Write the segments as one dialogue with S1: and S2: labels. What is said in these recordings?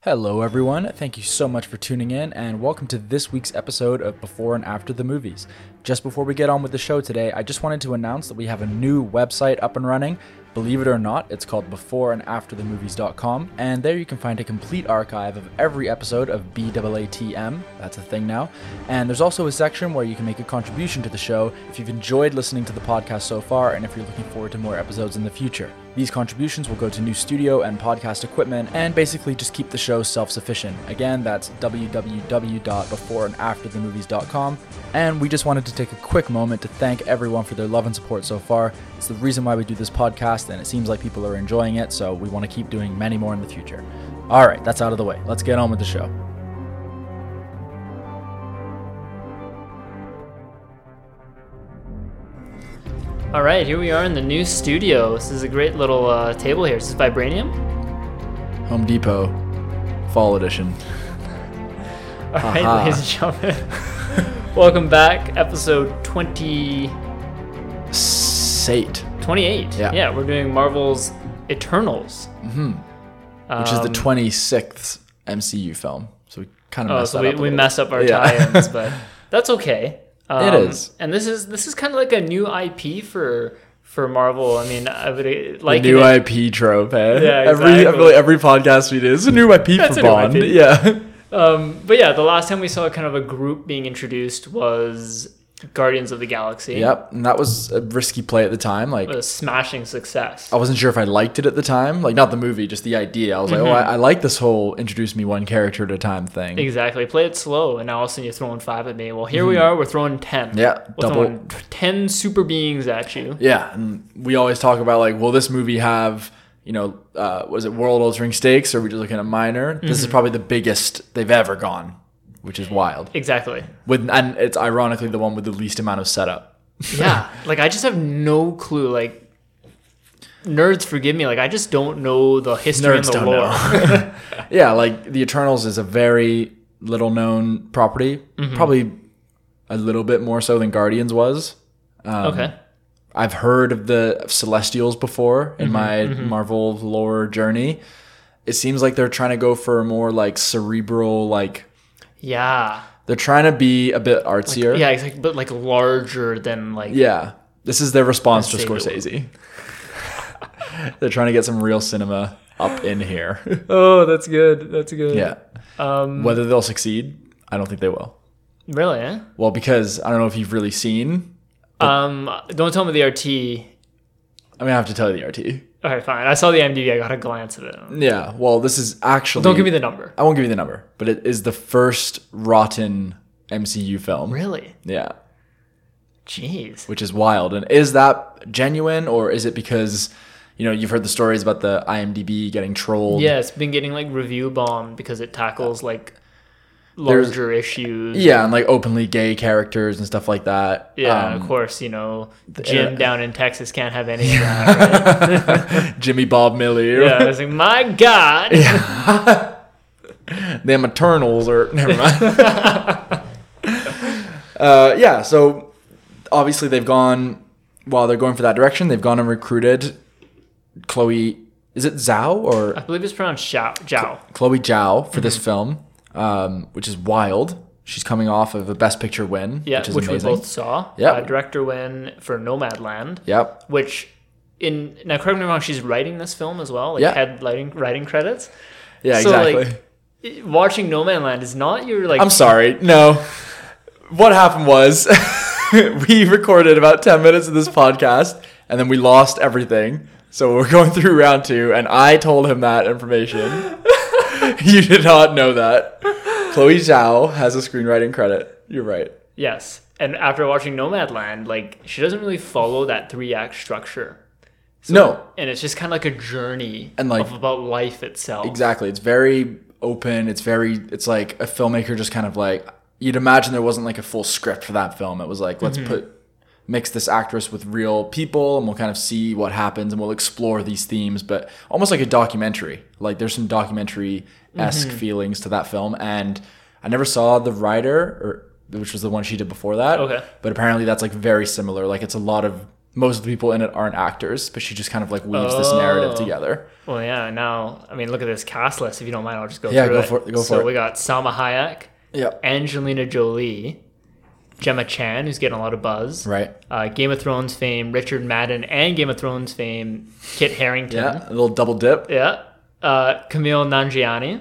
S1: Hello, everyone. Thank you so much for tuning in, and welcome to this week's episode of Before and After the Movies. Just before we get on with the show today, I just wanted to announce that we have a new website up and running. Believe it or not, it's called beforeandafterthemovies.com, and there you can find a complete archive of every episode of BAATM, that's a thing now, and there's also a section where you can make a contribution to the show if you've enjoyed listening to the podcast so far and if you're looking forward to more episodes in the future. These contributions will go to new studio and podcast equipment and basically just keep the show self sufficient. Again, that's www.beforeandafterthemovies.com. And we just wanted to take a quick moment to thank everyone for their love and support so far. It's the reason why we do this podcast, and it seems like people are enjoying it, so we want to keep doing many more in the future. All right, that's out of the way. Let's get on with the show.
S2: All right, here we are in the new studio. This is a great little uh, table here. Is this vibranium?
S1: Home Depot, Fall Edition.
S2: All right,
S1: Aha.
S2: ladies and gentlemen, welcome back, episode 20,
S1: Sate,
S2: 28.
S1: Yeah.
S2: we're doing Marvel's Eternals. Mm-hmm.
S1: which is the 26th MCU film. So we kind of
S2: Oh,
S1: messed
S2: so
S1: that
S2: we,
S1: up. a
S2: we
S1: little
S2: messed up our
S1: Yeah.
S2: tie-ins, but that's okay. Um,
S1: is.
S2: and this is this is kind of like a new IP for for Marvel. I mean, I would uh, like
S1: new IP trope. Eh? Every
S2: Yeah,
S1: I feel
S2: exactly.
S1: like every podcast we do is a new IP
S2: That's
S1: for
S2: a new
S1: Bond.
S2: IP.
S1: Yeah.
S2: Um, but yeah, the last time we saw kind of a group being introduced was Guardians of the Galaxy.
S1: Yep. And that was a risky play at the time. Like
S2: a smashing success.
S1: I wasn't sure if I liked it at the time. Like not the movie, just the idea. I was like, oh,
S2: Mm-hmm.
S1: I, I like this whole introduce me one character at a time thing.
S2: Exactly. Play it slow, and now all of a sudden you're throwing five at me. Well, here we are. We're throwing ten.
S1: Mm-hmm. Yeah,
S2: we're
S1: double-
S2: throwing t- ten super beings at you.
S1: Yeah, and we always talk about like, will this movie have you know, uh, was it world altering stakes? Or are we just looking at minor? This
S2: Mm-hmm.
S1: is probably the biggest they've ever gone, which is wild.
S2: Exactly.
S1: With and it's ironically the one with the least amount of setup.
S2: Yeah. like I just have no clue. Like nerds, forgive me. Like I just don't know the history
S1: Nerds
S2: and the
S1: don't
S2: lore.
S1: Yeah, like the Eternals is a very little known property, probably a little bit more so than Guardians was.
S2: okay.
S1: I've heard of the of Celestials before in my Marvel lore journey. It seems like they're trying to go for a more like cerebral, like
S2: Yeah.
S1: they're trying to be a bit artsier.
S2: Yeah. Exactly. But like larger than like.
S1: Yeah. This is their response to
S2: Save it.
S1: Scorsese. they're trying to get some real cinema up in here.
S2: Oh, that's good. That's good.
S1: yeah.
S2: Um.
S1: Whether they'll succeed, I don't think they will.
S2: Really? Eh?
S1: Well, because I don't know if you've really seen.
S2: Um. Don't tell me the RT.
S1: I mean, I have to tell you the RT.
S2: All right, fine. I saw the IMDb. I got a glance at it.
S1: Yeah. Well, this is actually.
S2: Don't give me the number.
S1: I won't give you the number, but it is the first rotten MCU film.
S2: Really?
S1: Yeah,
S2: Jeez.
S1: which is wild. And is that genuine, or is it because you know you've heard the stories about the IMDb getting trolled?
S2: Yeah, it's been getting like review bombed because it tackles like larger issues.
S1: Yeah, and like openly gay characters and stuff like that.
S2: Yeah,
S1: Um,
S2: of course, you know, Jim
S1: uh,
S2: down in Texas can't have any of that. right?
S1: Jimmy Bob Millie.
S2: yeah, it's like, my God.
S1: them Eternals or never mind. uh, yeah, so obviously they've gone while they're going for that direction. They've gone and recruited Chloe. Is it Zhao or
S2: I believe it's pronounced Zhao. Zhao.
S1: Chloe Zhao for
S2: Mm-hmm.
S1: this film, um, which is wild. She's coming off of a Best Picture win,
S2: Yeah,
S1: which
S2: which,
S1: is
S2: we
S1: amazing.
S2: both saw.
S1: Yeah.
S2: Uh, director win for Nomadland,
S1: Yep.
S2: which in now correct me if I'm wrong, she's writing this film as well. Like
S1: Yeah.
S2: had writing writing credits.
S1: Yeah,
S2: So, like,
S1: exactly.
S2: i- Watching Nomadland is not your like
S1: I'm sorry. No. What happened was we recorded about 10 minutes of this podcast and then we lost everything. So we're going through round two, and I told him that information. you did not know that. Chloe Zhao has a screenwriting credit. You're right.
S2: Yes. And after watching Nomadland, like she doesn't really follow that three act structure.
S1: no,
S2: And it's just kind of like a journey
S1: And, like-
S2: of about life itself.
S1: exactly. It's very open. It's very, it's like a filmmaker just kind of like, you'd imagine there wasn't like a full script for that film. It was like, let's
S2: Mm-hmm.
S1: put mix this actress with real people and we'll kind of see what happens and we'll explore these themes but almost like a documentary like there's some documentary-esque
S2: Mm-hmm.
S1: feelings to that film and i never saw the writer or which was the one she did before that
S2: Okay.
S1: but apparently that's like very similar like it's a lot of most of the people in it aren't actors, but she just kind of like weaves this narrative
S2: Oh.
S1: together.
S2: Well, yeah. Now, I mean, look at this cast list. If you don't mind, I'll just go
S1: Yeah,
S2: through
S1: go
S2: it.
S1: for it, go
S2: so
S1: for it.
S2: we got Salma Hayek,
S1: Yep.
S2: Angelina Jolie, Gemma Chan, who's getting a lot of buzz.
S1: Right.
S2: Uh, Game of Thrones fame Richard Madden and Game of Thrones fame Kit Harrington.
S1: Yeah. A little double dip.
S2: Yeah. Uh, Camille Nanjiani,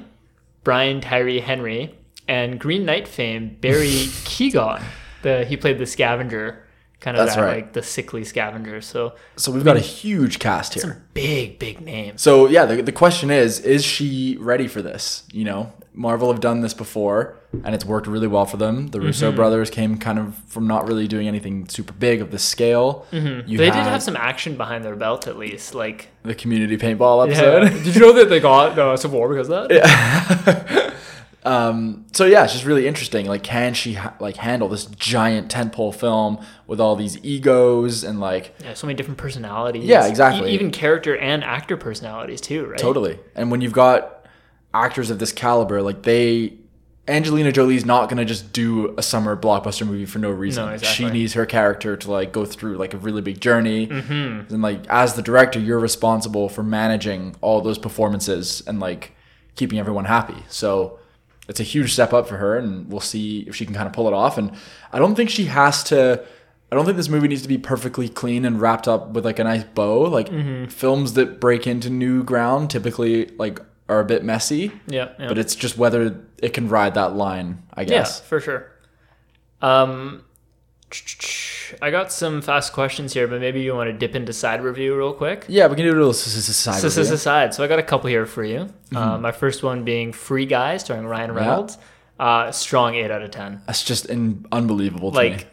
S2: Brian Tyree Henry, and Green Knight fame Barry Keoghan. The he played the scavenger, kind of
S1: That's
S2: that
S1: right.
S2: like the sickly scavenger. So
S1: So we've got a huge cast here.
S2: big, big names.
S1: So yeah, the, the question is, is she ready for this? You know, Marvel have done this before, and it's worked really well for them.
S2: Mm-hmm.
S1: The Russo brothers came kind of from not really doing anything super big of the scale. You
S2: Mm-hmm. They
S1: had
S2: did have some action behind their belt, at least. Like,
S1: the community paintball episode.
S2: did you know that they got uh, Civil War because of that?
S1: So yeah, it's just really interesting. Like, can she ha- like handle this giant tentpole film with all these egos and like
S2: Yeah, so many different personalities.
S1: Yeah, exactly.
S2: E- even character and actor personalities too, right?
S1: Totally. And when you've got actors of this caliber, like they Angelina Jolie's not going to just do a summer blockbuster movie for no reason.
S2: No,
S1: She
S2: exactly.
S1: needs her character to like go through like a really big journey. And like as the director, you're responsible for managing all those performances and like keeping everyone happy. So it's a huge step up for her and we'll see if she can kind of pull it off and I don't think she has to I don't think this movie needs to be perfectly clean and wrapped up with like a nice bow. Like films that break into new ground typically like are a bit messy,
S2: Yeah, yeah.
S1: but it's just whether it can ride that line, I
S2: yeah,
S1: guess.
S2: for sure. Um, I got some fast questions here, but maybe you want to dip into side review real quick.
S1: Yeah, we can do a little s- s- s- side
S2: So, so,
S1: review. Mm-hmm.
S2: so side. So I got a couple here for you. Uh, my first one being Free Guy, starring Ryan Reynolds. Uh, strong eight out of ten.
S1: That's just in- unbelievable to me.
S2: like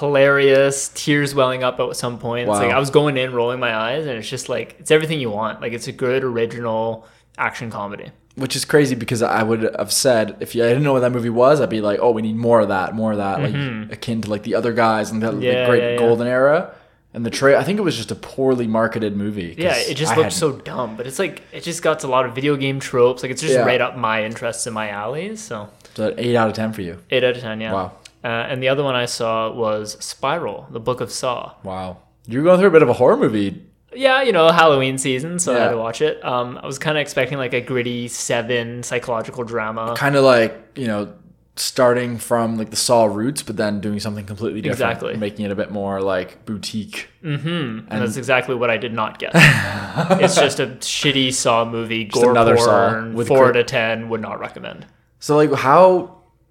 S2: hilarious tears welling up at some point it's
S1: Wow.
S2: like i was going in rolling my eyes and it's just like it's everything you want like it's a good original action comedy
S1: Which is crazy because I would have said if you, I didn't know what that movie was, I'd be like, oh, we need more of that, more of that, like akin to like the other guys and the, the
S2: Mm-hmm. Yeah,
S1: great
S2: yeah, yeah.
S1: golden era. And the tra I think it was just a poorly marketed movie. 'cause
S2: yeah it just
S1: I
S2: looked
S1: had-
S2: so dumb but it's like it just got a lot of video game tropes like it's just
S1: Yeah.
S2: right up my interests and my alleys so
S1: so eight out of ten for you.
S2: eight out of ten yeah
S1: Wow.
S2: uh, and the other one i saw was spiral the book of saw
S1: Wow. You're going through a bit of a horror movie.
S2: yeah, you know, Halloween season, so I had
S1: Yeah.
S2: to watch it. Um, I was kind of expecting like a gritty seven psychological drama.
S1: Kind of like, you know, starting from like the Saw roots, but then doing something completely different.
S2: Exactly.
S1: Making it a bit more like boutique.
S2: And that's exactly what I did not get. it's just a shitty Saw movie, gore
S1: another Saw
S2: porn,
S1: with
S2: four
S1: gr-
S2: out of ten, would not recommend.
S1: So like how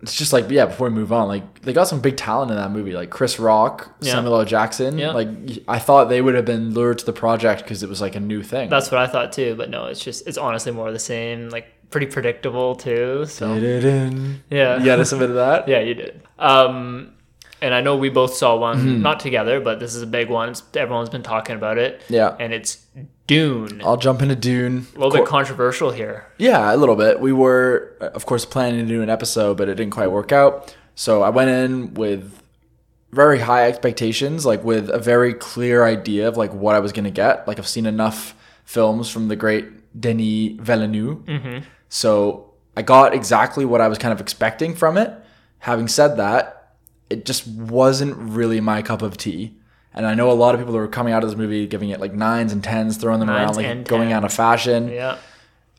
S1: it's just like yeah. Before we move on, like they got some big talent in that movie, like Chris Rock,
S2: Yeah.
S1: Samuel L. Jackson.
S2: Yeah.
S1: Like I thought they would have been lured to the project because it was like a new thing.
S2: That's what I thought too, but no, it's just it's honestly more of the same, like pretty predictable too. So
S1: Du-du-dun.
S2: yeah,
S1: You got to submit to that.
S2: yeah, you did. Um, and I know we both saw one,
S1: Mm-hmm.
S2: not together, but this is a big one. It's, everyone's been talking about it.
S1: Yeah.
S2: and it's Dune. A
S1: I'll jump into Dune.
S2: little bit controversial here.
S1: Yeah, a little bit. We were, uh, of course, planning to do an episode, but it didn't quite work out. So I went in with very high expectations, like with a very clear idea of like what I was going to get. Like I've seen enough films from the great Denis Villeneuve,
S2: Mm-hmm.
S1: so I got exactly what I was kind of expecting from it. Having said that, it just wasn't really my cup of tea. And I know a lot of people who are coming out of this movie giving it like nines and tens, throwing them
S2: Nines
S1: around like
S2: and
S1: going out of fashion.
S2: Yeah,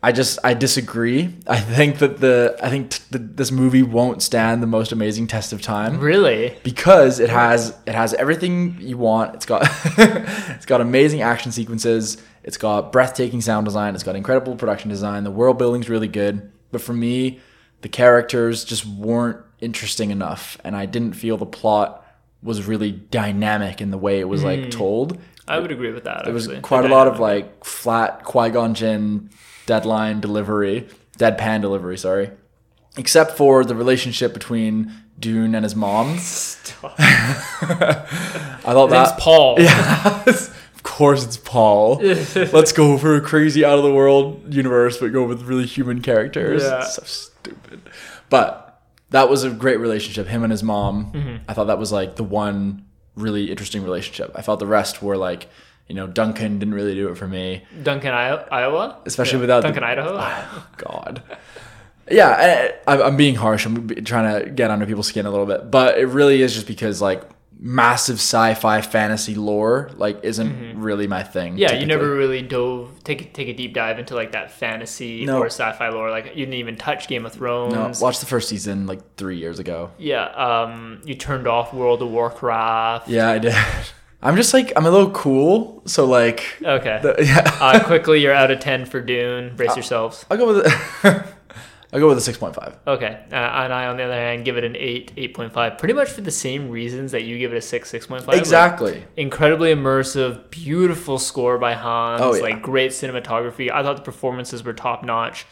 S1: I just I disagree. I think that the I think t- th- this movie won't stand the most amazing test of time
S2: really.
S1: because it has it has everything you want. It's got it's got amazing action sequences. It's got breathtaking sound design. It's got incredible production design. The world building's really good, but for me, the characters just weren't interesting enough, and I didn't feel the plot was really dynamic in the way it was like told.
S2: I would agree with that.
S1: There was
S2: actually.
S1: quite a
S2: Okay.
S1: lot of like flat Qui Gon Jinn deadline delivery, deadpan delivery, sorry. Except for the relationship between Dune and his mom.
S2: Stop.
S1: I thought
S2: His name's
S1: that.
S2: Paul.
S1: of course, it's Paul. Let's go for a crazy out of the world universe, but go with really human characters.
S2: Yeah.
S1: It's so stupid. But that was a great relationship, him and his mom.
S2: Mm-hmm.
S1: I thought that was like the one really interesting relationship. I felt the rest were like, you know, Duncan didn't really do it for me.
S2: Duncan, I- Iowa,
S1: especially without the- Ah, Oh,
S2: Duncan, Idaho.
S1: God. Yeah, I, I'm- I'm being harsh. I'm b- trying to get under people's skin a little bit, but it really is just because like massive sci-fi fantasy lore like isn't really my thing.
S2: Mm-hmm. Yeah, you
S1: typically.
S2: never really dove take take a deep dive into like that fantasy
S1: No.
S2: or sci-fi lore. Like you didn't even touch Game of
S1: No,
S2: Thrones.
S1: watched the first season like three years ago.
S2: yeah, um, you turned off World of Warcraft.
S1: Yeah, I did. I'm just like I'm a little cool, so like
S2: Okay.
S1: the, yeah.
S2: uh, quickly, you're out of ten for Dune.
S1: Oh.
S2: Brace yourselves.
S1: I'll go with a, I'll go with a six point five.
S2: Okay, uh, and I, on the other hand, give it an eight, eight point five. Pretty much for the same reasons that you give it a six, six point five.
S1: Exactly.
S2: incredibly immersive, beautiful score by Hans,
S1: Oh, yeah.
S2: like great cinematography. I thought the performances were top notch.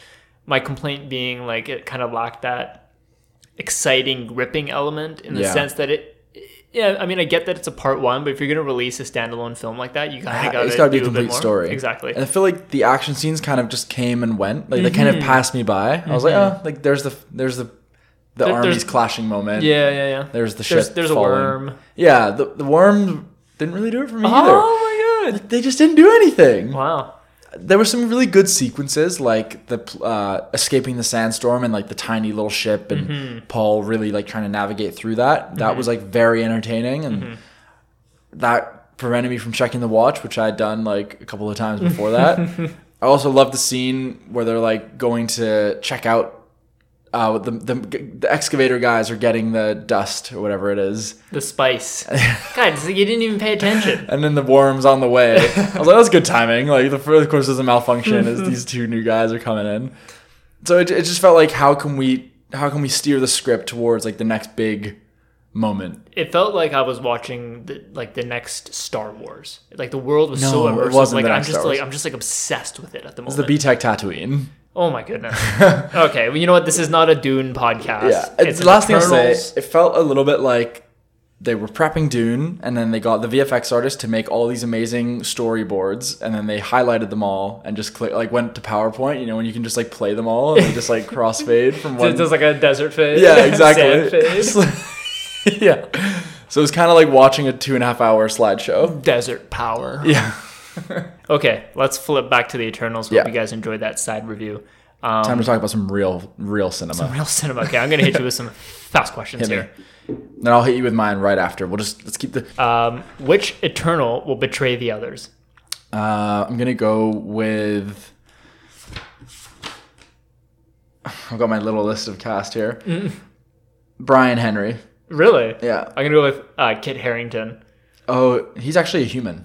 S2: My complaint being like it kind of lacked that exciting, gripping element in the
S1: Yeah.
S2: sense that it. Yeah, I mean, I get that it's a part one, but if you're gonna release a standalone film like that, you kind of got
S1: Ah, it's
S2: to
S1: got to be a
S2: do bit
S1: complete
S2: more.
S1: story.
S2: Exactly.
S1: And I feel like the action scenes kind of just came and went. Like they kind
S2: Mm-hmm.
S1: of passed me by. I was like, oh, like there's the there's the the
S2: There-
S1: armies
S2: there's-
S1: clashing moment.
S2: Yeah, yeah, yeah.
S1: There's the
S2: there's,
S1: ship
S2: there's a
S1: falling.
S2: worm.
S1: Yeah, the the worm didn't really do it for me either.
S2: Oh my god!
S1: They just didn't do anything.
S2: Wow.
S1: There were some really good sequences, like the pl- uh, escaping the sandstorm and like the tiny little ship, and Paul really like trying to navigate through that. That was like very entertaining, and that prevented me from checking the watch, which I had done like a couple of times before that. I also love the scene where they're like going to check out. Uh, the, the the excavator guys are getting the dust or whatever it is,
S2: The spice. God, it's like you didn't even pay attention.
S1: and then the worms on the way. I was like, that's good timing. Like the first course is a malfunction as these two new guys are coming in. So it, it just felt like how can we how can we steer the script towards like the next big moment?
S2: it felt like I was watching the, like the next Star Wars. Like the world was so
S1: No, it
S2: immersive.
S1: wasn't
S2: like
S1: the
S2: I'm
S1: next
S2: just
S1: Star Wars.
S2: like I'm just like obsessed with it at the
S1: It's
S2: moment.
S1: the B Tech Tatooine.
S2: oh my goodness. okay, well you know what? This is not a Dune podcast.
S1: Yeah, it's, the last thing I'll say.
S2: Eternals.
S1: It felt a little bit like they were prepping Dune, and then they got the VFX artist to make all these amazing storyboards, and then they highlighted them all and just click like went to PowerPoint. You know, when you can just like play them all and they just like crossfade from one.
S2: It does like a desert phase.
S1: Yeah,
S2: Sand
S1: exactly.
S2: phase.
S1: It's- yeah. So it's kind of like watching a two and a half hour slideshow.
S2: Desert power.
S1: Yeah.
S2: Okay, let's flip back to the Eternals. Hope
S1: Yeah.
S2: you guys enjoyed that side review. Um,
S1: Time to talk about some real, real cinema.
S2: real cinema. Okay, I'm gonna hit you with some fast questions
S1: Hit me.
S2: here.
S1: Then I'll hit you with mine right after. We'll just let's keep the.
S2: Um, which Eternal will betray the others?
S1: Uh, I'm gonna go with. I've got my little list of cast here. Brian Henry.
S2: Really?
S1: Yeah.
S2: I'm gonna go with uh, Kit Harrington.
S1: Oh, he's actually a human.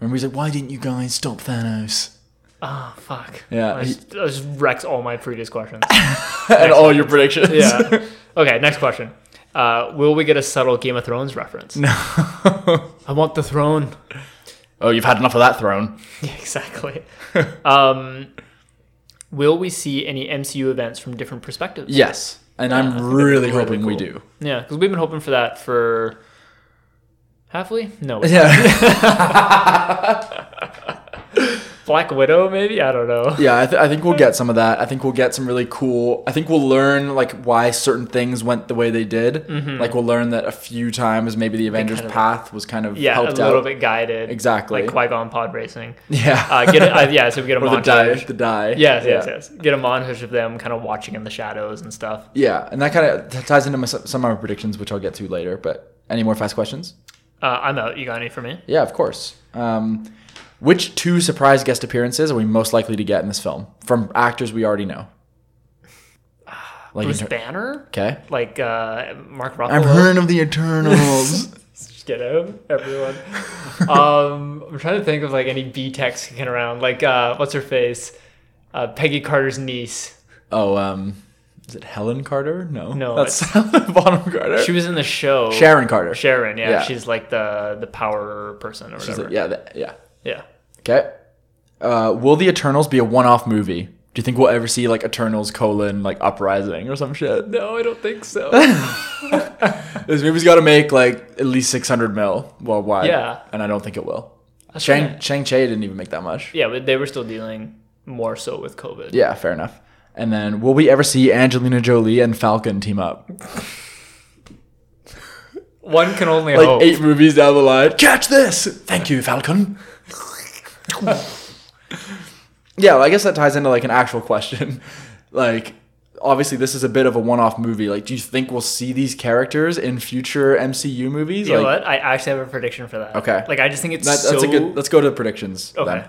S1: Remember, he's like, "Why didn't you guys stop Thanos?"
S2: Oh fuck.
S1: Yeah,
S2: I
S1: he-
S2: just, I just wrecks all my previous questions.
S1: and all your predictions.
S2: yeah. Okay, next question. Uh, will we get a subtle Game of Thrones reference?
S1: No.
S2: I want the throne.
S1: oh, you've had enough of that throne.
S2: Yeah, exactly. um, will we see any MCU events from different perspectives?
S1: Yes, and
S2: I think
S1: I'm
S2: that'd be
S1: really
S2: really
S1: hoping we
S2: cool.
S1: do.
S2: Yeah, because we've been hoping for that for halfway. No, wait.
S1: Yeah,
S2: Black Widow maybe. I don't know.
S1: yeah. I, th- I think we'll get some of that. I think we'll get some really cool. I think we'll learn like why certain things went the way they did.
S2: Mm-hmm.
S1: Like we'll learn that a few times maybe the Avengers
S2: kind of-
S1: path was kind of
S2: Yeah,
S1: helped
S2: a little
S1: out.
S2: bit guided.
S1: Exactly.
S2: Like Qui Gon pod racing.
S1: Yeah.
S2: Uh, get it? Uh, yeah, so we get a
S1: or the
S2: montage.
S1: die, the die.
S2: Yes, yes,
S1: yeah.
S2: yes. Get a montage of them kind of watching in the shadows and stuff.
S1: Yeah, and that kind of that ties into my, some of our predictions, which I'll get to later. But any more fast questions?
S2: Uh, I'm out. You got any for me?
S1: Yeah, of course. Um, which two surprise guest appearances are we most likely to get in this film from actors we already know? Like
S2: Bruce
S1: inter-
S2: Banner?
S1: okay.
S2: Like uh, Mark Ruffalo?
S1: I'm hearing of the Eternals.
S2: Just get out, everyone. um, I'm trying to think of like any B techs kicking around. Like, uh, what's her face? Uh, Peggy Carter's niece.
S1: oh, um, is it Helen Carter? No,
S2: No,
S1: that's Bonham Carter.
S2: She was in the show.
S1: Sharon Carter.
S2: Sharon, yeah,
S1: Yeah.
S2: She's like the the power person or
S1: She's
S2: whatever.
S1: like, yeah, that, yeah.
S2: yeah.
S1: Okay. Uh, will the Eternals be a one-off movie? Do you think we'll ever see like Eternals colon like Uprising or some shit?
S2: No, I don't think so.
S1: This movie's got to make like at least 600 mil worldwide.
S2: Yeah.
S1: and I don't think it will.
S2: That's
S1: Shang
S2: right.
S1: Shang Chi didn't even make that much.
S2: Yeah, but they were still dealing more so with COVID.
S1: Yeah, fair enough. And then will we ever see Angelina Jolie and Falcon team up?
S2: One can only
S1: Like
S2: hope.
S1: eight movies down the line. Oh. Catch this! Thank you, Falcon. yeah, well, I guess that ties into like an actual question. like, obviously this is a bit of a one-off movie. Like, do you think we'll see these characters in future MCU movies?
S2: You know
S1: like,
S2: what? I actually have a prediction for that.
S1: Okay.
S2: Like I just think it's
S1: that-
S2: so.
S1: that's a good. Let's go to the predictions.
S2: okay.
S1: Then.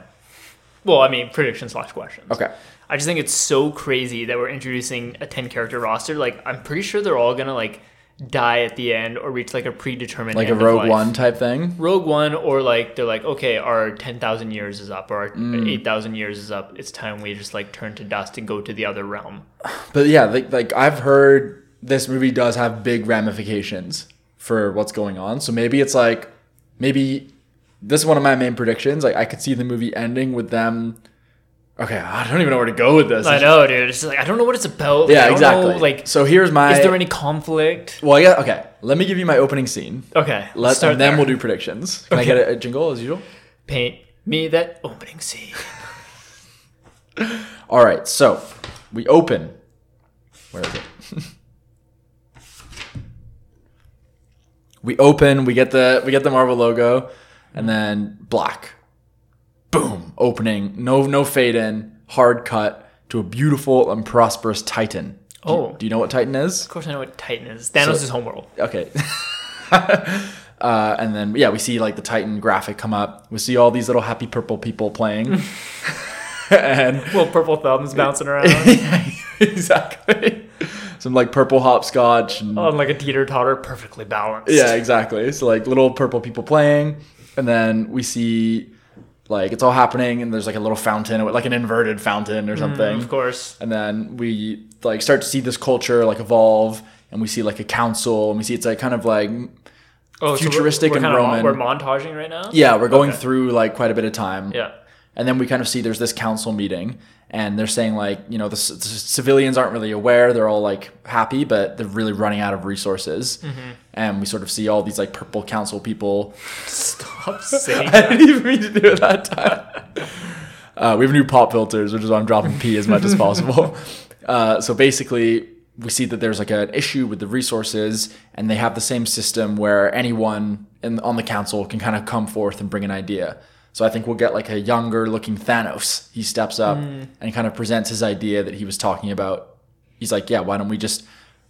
S2: Well, I mean, prediction slash questions.
S1: Okay.
S2: I just think it's so crazy that we're introducing a ten character roster. Like I'm pretty sure they're all gonna like die at the end or reach like a predetermined
S1: Like
S2: end
S1: a
S2: of
S1: Rogue
S2: life.
S1: One type thing.
S2: Rogue One, or like they're like, okay, our ten thousand years is up, or our
S1: Mm.
S2: eight thousand years is up. It's time we just like turn to dust and go to the other realm.
S1: But yeah, like, like I've heard this movie does have big ramifications for what's going on. So maybe it's like maybe this is one of my main predictions. Like I could see the movie ending with them. Okay, I don't even know where to go with this.
S2: I know, dude. It's just like I don't know what it's about. I
S1: Yeah,
S2: don't
S1: exactly.
S2: Know, like,
S1: so here's my.
S2: is there any conflict?
S1: well, yeah. Okay, let me give you my opening scene.
S2: Okay, let's
S1: Let,
S2: start
S1: and then
S2: there.
S1: we'll do predictions. Can
S2: Okay.
S1: I get a, a jingle as usual?
S2: paint me that opening scene.
S1: All right, so we open. Where is it? we open. We get the we get the Marvel logo, and then black. Boom! Opening. No no fade in. Hard cut to a beautiful and prosperous Titan. Do you-
S2: Oh.
S1: do you know what Titan is?
S2: Of course, I know what Titan is. Thanos'
S1: So-
S2: homeworld.
S1: okay. uh, and then yeah, we see like the Titan graphic come up. We see all these little happy purple people playing, and
S2: Little purple thumbs bouncing around
S1: exactly some like purple hopscotch. And,
S2: on like a teeter totter, perfectly balanced.
S1: yeah, exactly. So like little purple people playing, and then we see like it's all happening, and there's like a little fountain, like an inverted fountain or something.
S2: Mm, of course.
S1: and then we like start to see this culture like evolve and we see like a council and we see it's like kind of like
S2: Oh, so we're-
S1: Futuristic
S2: we're
S1: and
S2: kinda mon-
S1: Roman.
S2: we're montaging right now.
S1: yeah we're going through like quite a bit of time
S2: Yeah.
S1: and then we kind of see there's this council meeting and they're saying like you know the, c- c- civilians aren't really aware they're all like happy but they're really running out of resources and we sort of see all these like purple council people
S2: Stop saying
S1: i didn't even mean to do it that time uh, we have new pop filters which is why i'm dropping p as much as possible uh, so basically we see that there's like an issue with the resources and they have the same system where anyone in, on the council can kind of come forth and bring an idea so i think we'll get like a younger looking thanos he steps up and kind of presents his idea that he was talking about he's like yeah why don't we just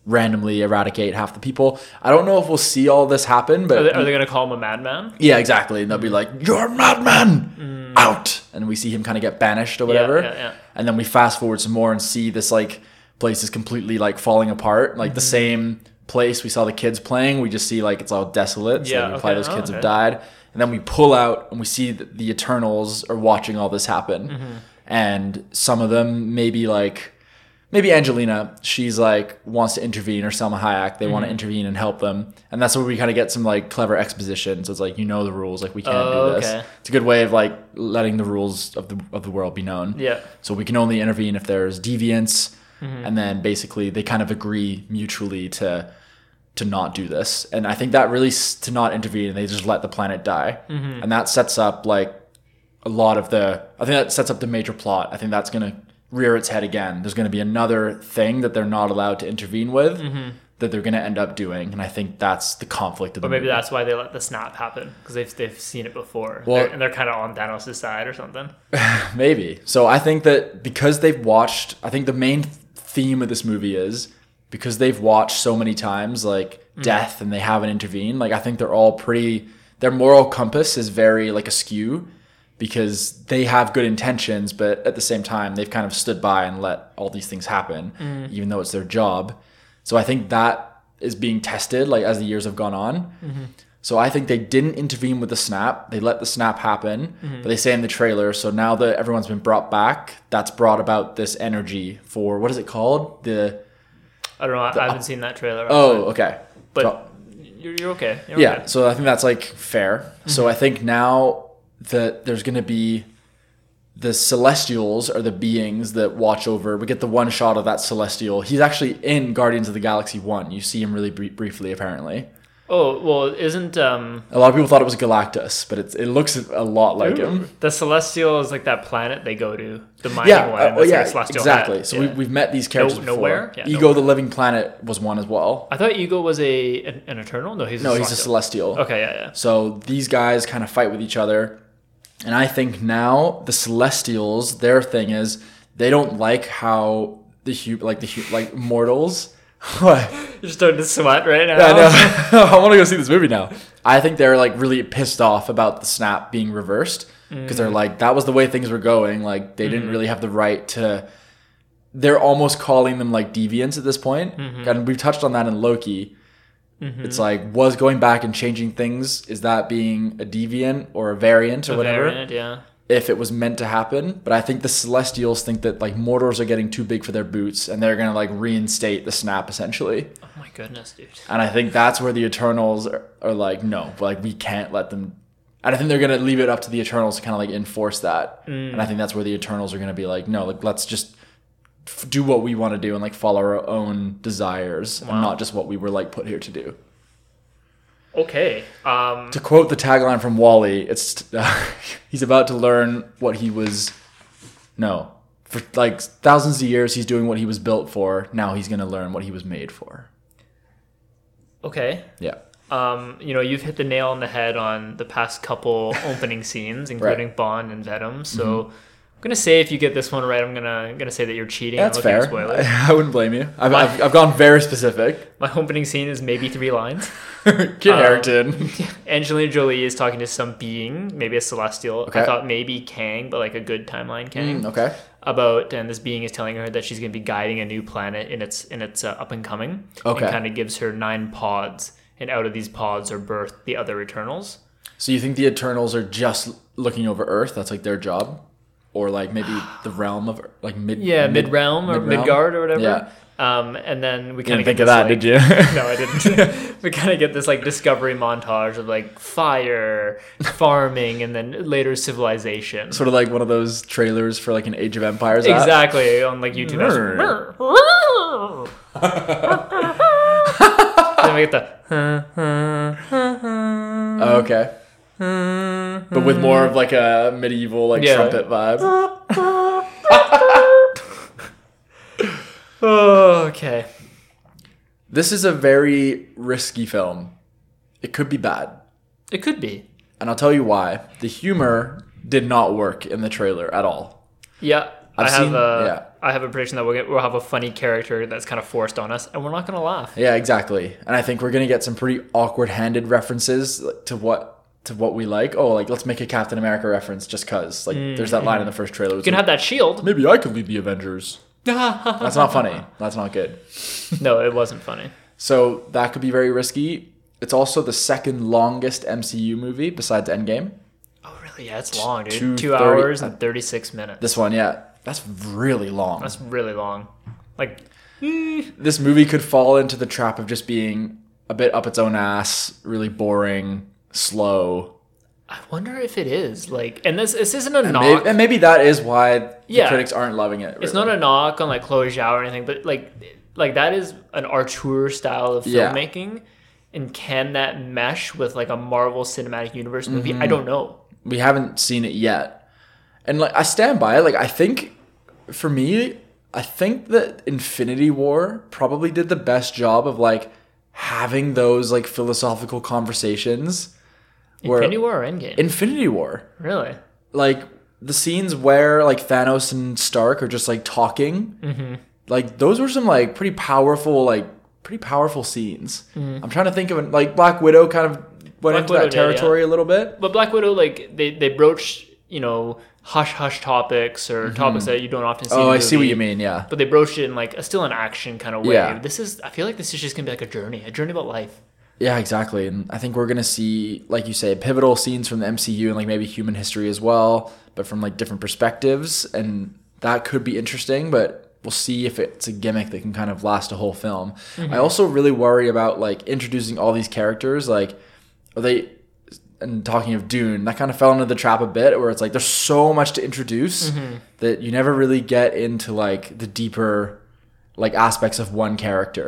S1: randomly eradicate half the people i don't know if we'll see all this happen but
S2: Are they, are they gonna call him a madman?
S1: yeah, exactly. And they'll be like, "You're a madman, out!" And we see him kind of get banished or whatever.
S2: Mm. yeah, yeah.
S1: And then we fast forward some more and see this like place is completely like falling apart. Like the
S2: Mm-hmm.
S1: same place we saw the kids playing, we just see like it's all desolate. So
S2: Yeah,
S1: we imply
S2: okay.
S1: those
S2: Oh,
S1: kids have
S2: okay.
S1: died. And then we pull out and we see that the Eternals are watching all this happen.
S2: Mm-hmm.
S1: And some of them maybe like maybe Angelina, she's like wants to intervene, or Selma Hayek, they
S2: Mm-hmm.
S1: want to intervene and help them, and that's where we kind of get some like clever exposition. So it's like you know the rules, like we can't
S2: Oh,
S1: do this.
S2: okay.
S1: It's a good way of like letting the rules of the of the world be known.
S2: Yeah. Mm-hmm.
S1: So we can only intervene if there's deviance, and then basically they kind of agree mutually to to not do this. And I think that really s- to not intervene, and they just let the planet die,
S2: Mm-hmm.
S1: and that sets up like a lot of the I think that sets up the major plot. I think that's going to rear its head again. There's going to be another thing that they're not allowed to intervene with that they're going to end up doing, and I think that's the conflict of the
S2: Or maybe
S1: movie.
S2: that's why they let the snap happen because they've they've seen it before,
S1: Well-
S2: They're- and they're kind of on Thanos' side or something.
S1: Maybe. So I think that because they've watched, I think the main theme of this movie is because they've watched so many times like death and they haven't intervened, like I think they're all pretty their moral compass is very like askew because they have good intentions, but at the same time they've kind of stood by and let all these things happen even though it's their job. So I think that is being tested like as the years have gone on. So I think they didn't intervene with the snap. They let the snap happen, but they say in the trailer. So now that everyone's been brought back, that's brought about this energy for what is it called? The
S2: I don't know. I, I haven't seen that trailer.
S1: oh, okay,
S2: but
S1: So-
S2: you're, you're okay. You're
S1: yeah.
S2: okay.
S1: So I think that's like fair. So I think now that there's gonna be the Celestials are the beings that watch over. We get the one shot of that Celestial. He's actually in Guardians of the Galaxy One. You see him really br- briefly, apparently.
S2: Oh well, isn't um
S1: A lot of people thought it was Galactus, but it's, it looks a lot like him.
S2: the Celestial is like that planet they go to the mining
S1: yeah,
S2: one?
S1: uh,
S2: that's
S1: oh,
S2: like a
S1: yeah,
S2: Celestial
S1: exactly.
S2: hat.
S1: So
S2: Yeah.
S1: we, we've met these characters
S2: No-
S1: before.
S2: nowhere? Yeah,
S1: Ego,
S2: nowhere.
S1: the Living Planet, was one as well.
S2: I thought Ego was a an, an Eternal. No, he's a
S1: No, he's a
S2: Celestial.
S1: Celestial.
S2: Okay, yeah, yeah.
S1: So these guys kind of fight with each other, and I think now the Celestials, their thing is they don't like how the hu- like the hu- like mortals. What?
S2: You're starting to sweat right now.
S1: I know. I want to go see this movie now. I think they're like really pissed off about the snap being reversed because they're like that was the way things were going. Like they didn't really have the right to. They're almost calling them like deviants at this point, and we've touched on that in Loki. It's like was going back and changing things. Is that being a deviant or a variant or whatever?
S2: Variant, yeah.
S1: if it was meant to happen. But I think the Celestials think that like mortals are getting too big for their boots and they're gonna like reinstate the snap essentially.
S2: Oh my goodness, dude.
S1: And I think that's where the Eternals are, are like, no, like we can't let them. And I think they're gonna leave it up to the Eternals to kind of like enforce that. And I think that's where the Eternals are gonna be like, no, like let's just f- do what we want to do and like follow our own desires and not just what we were like put here to do.
S2: Okay. Um,
S1: To quote the tagline from Wally, it's he's about to learn what he was. No, for like thousands of years, he's doing what he was built for. Now he's gonna learn what he was made for.
S2: okay.
S1: Yeah,
S2: Um, you know, you've hit the nail on the head on the past couple opening scenes, including Bond and Venom.
S1: Mm-hmm.
S2: So I'm gonna say if you get this one right, I'm gonna I'm gonna say that you're cheating.
S1: that's
S2: I'm looking at
S1: fair.
S2: spoilers.
S1: I, wouldn't blame you. I've,
S2: My-
S1: I've, I've gone very specific.
S2: My opening scene is maybe three lines.
S1: Kid
S2: Um,
S1: Harington.
S2: Angelina Jolie is talking to some being, maybe a celestial. I
S1: Okay.
S2: thought maybe Kang, but like a good timeline Kang.
S1: Mm, okay.
S2: about and this being is telling her that she's going to be guiding a new planet in its in its uh, up and coming
S1: Okay.
S2: and kind of gives her nine pods and out of these pods are birthed the other eternals
S1: So you think the Eternals are just looking over Earth? That's like their job, or like maybe the realm of like mid.
S2: yeah mid realm or
S1: Mm. mid-realm?
S2: midgard or whatever
S1: Yeah.
S2: um and then we
S1: You
S2: kind
S1: didn't
S2: of
S1: think of that, did you?
S2: no i didn't we kind of get this like discovery montage of like fire farming and then later civilization
S1: sort of like one of those trailers for like an Age of Empires. app.
S2: exactly on like youtube then we get the
S1: Oh, okay. But with more of like a medieval like
S2: Mm-hmm. Yeah.
S1: trumpet vibe.
S2: Oh, okay.
S1: This is a very risky film. It could be bad.
S2: It could be.
S1: And I'll tell you why. The humor did not work in the trailer at all.
S2: Yeah. i
S1: I've
S2: have
S1: seen-
S2: a
S1: yeah.
S2: I have a prediction that we'll get we'll have a funny character that's kind of forced on us and we're not gonna laugh.
S1: Yeah, exactly. And I think we're gonna get some pretty awkward handed references like, to what to what we like. Oh, like let's make a Captain America reference just cause. Like there's that line in the first trailer.
S2: You Mm, can have that shield.
S1: Maybe I could lead the Avengers.
S2: no,
S1: That's not funny. That's not good.
S2: it wasn't funny.
S1: So that could be very risky. It's also the second longest MCU movie besides Endgame.
S2: Oh really? Yeah, it's long, dude.
S1: two
S2: Two,
S1: thirty-
S2: hours and thirty six minutes.
S1: This one, yeah, that's really long.
S2: That's really long. Like Hmm.
S1: This movie could fall into the trap of just being a bit up its own ass, really boring, slow.
S2: I wonder if it is. Like and this this isn't a knock.
S1: Maybe, and maybe that is why the
S2: Yeah.
S1: critics aren't loving it.
S2: It's not a knock on like Chloe Zhao or anything, but like like that is an Artur style of
S1: Yeah.
S2: filmmaking. And can that mesh with like a Marvel Cinematic Universe movie?
S1: Mm-hmm.
S2: I don't know.
S1: we haven't seen it yet. And like I stand by it. Like I think for me, I think that Infinity War probably did the best job of like having those like philosophical conversations. Where
S2: Infinity War or Endgame?
S1: Infinity War.
S2: really?
S1: Like the scenes where like Thanos and Stark are just like talking.
S2: Mm-hmm.
S1: Like those were some like pretty powerful like pretty powerful scenes. I'm trying to think of an, like Black Widow kind of went
S2: Mm-hmm. Black
S1: into
S2: Widow
S1: that
S2: did, yeah.
S1: territory a little bit.
S2: But Black Widow, like they they broach you know hush hush topics or topics that you don't often see. in
S1: Mm-hmm. Oh,
S2: a
S1: I see what
S2: movie,
S1: you mean. Yeah.
S2: But they broached it in like a still an action kind of way.
S1: Yeah.
S2: This is I feel like this is just gonna be like a journey, a journey about life.
S1: Yeah, exactly. And I think we're gonna see, like you say, pivotal scenes from the MCU and like maybe human history as well, but from like different perspectives, and that could be interesting. But we'll see if it's a gimmick that can kind of last a whole film. I also really worry about like introducing all these characters. Like, are they? And talking of Dune, that kind of fell into the trap a bit, where it's like there's so much to introduce that you never really get into like the deeper like aspects of one character.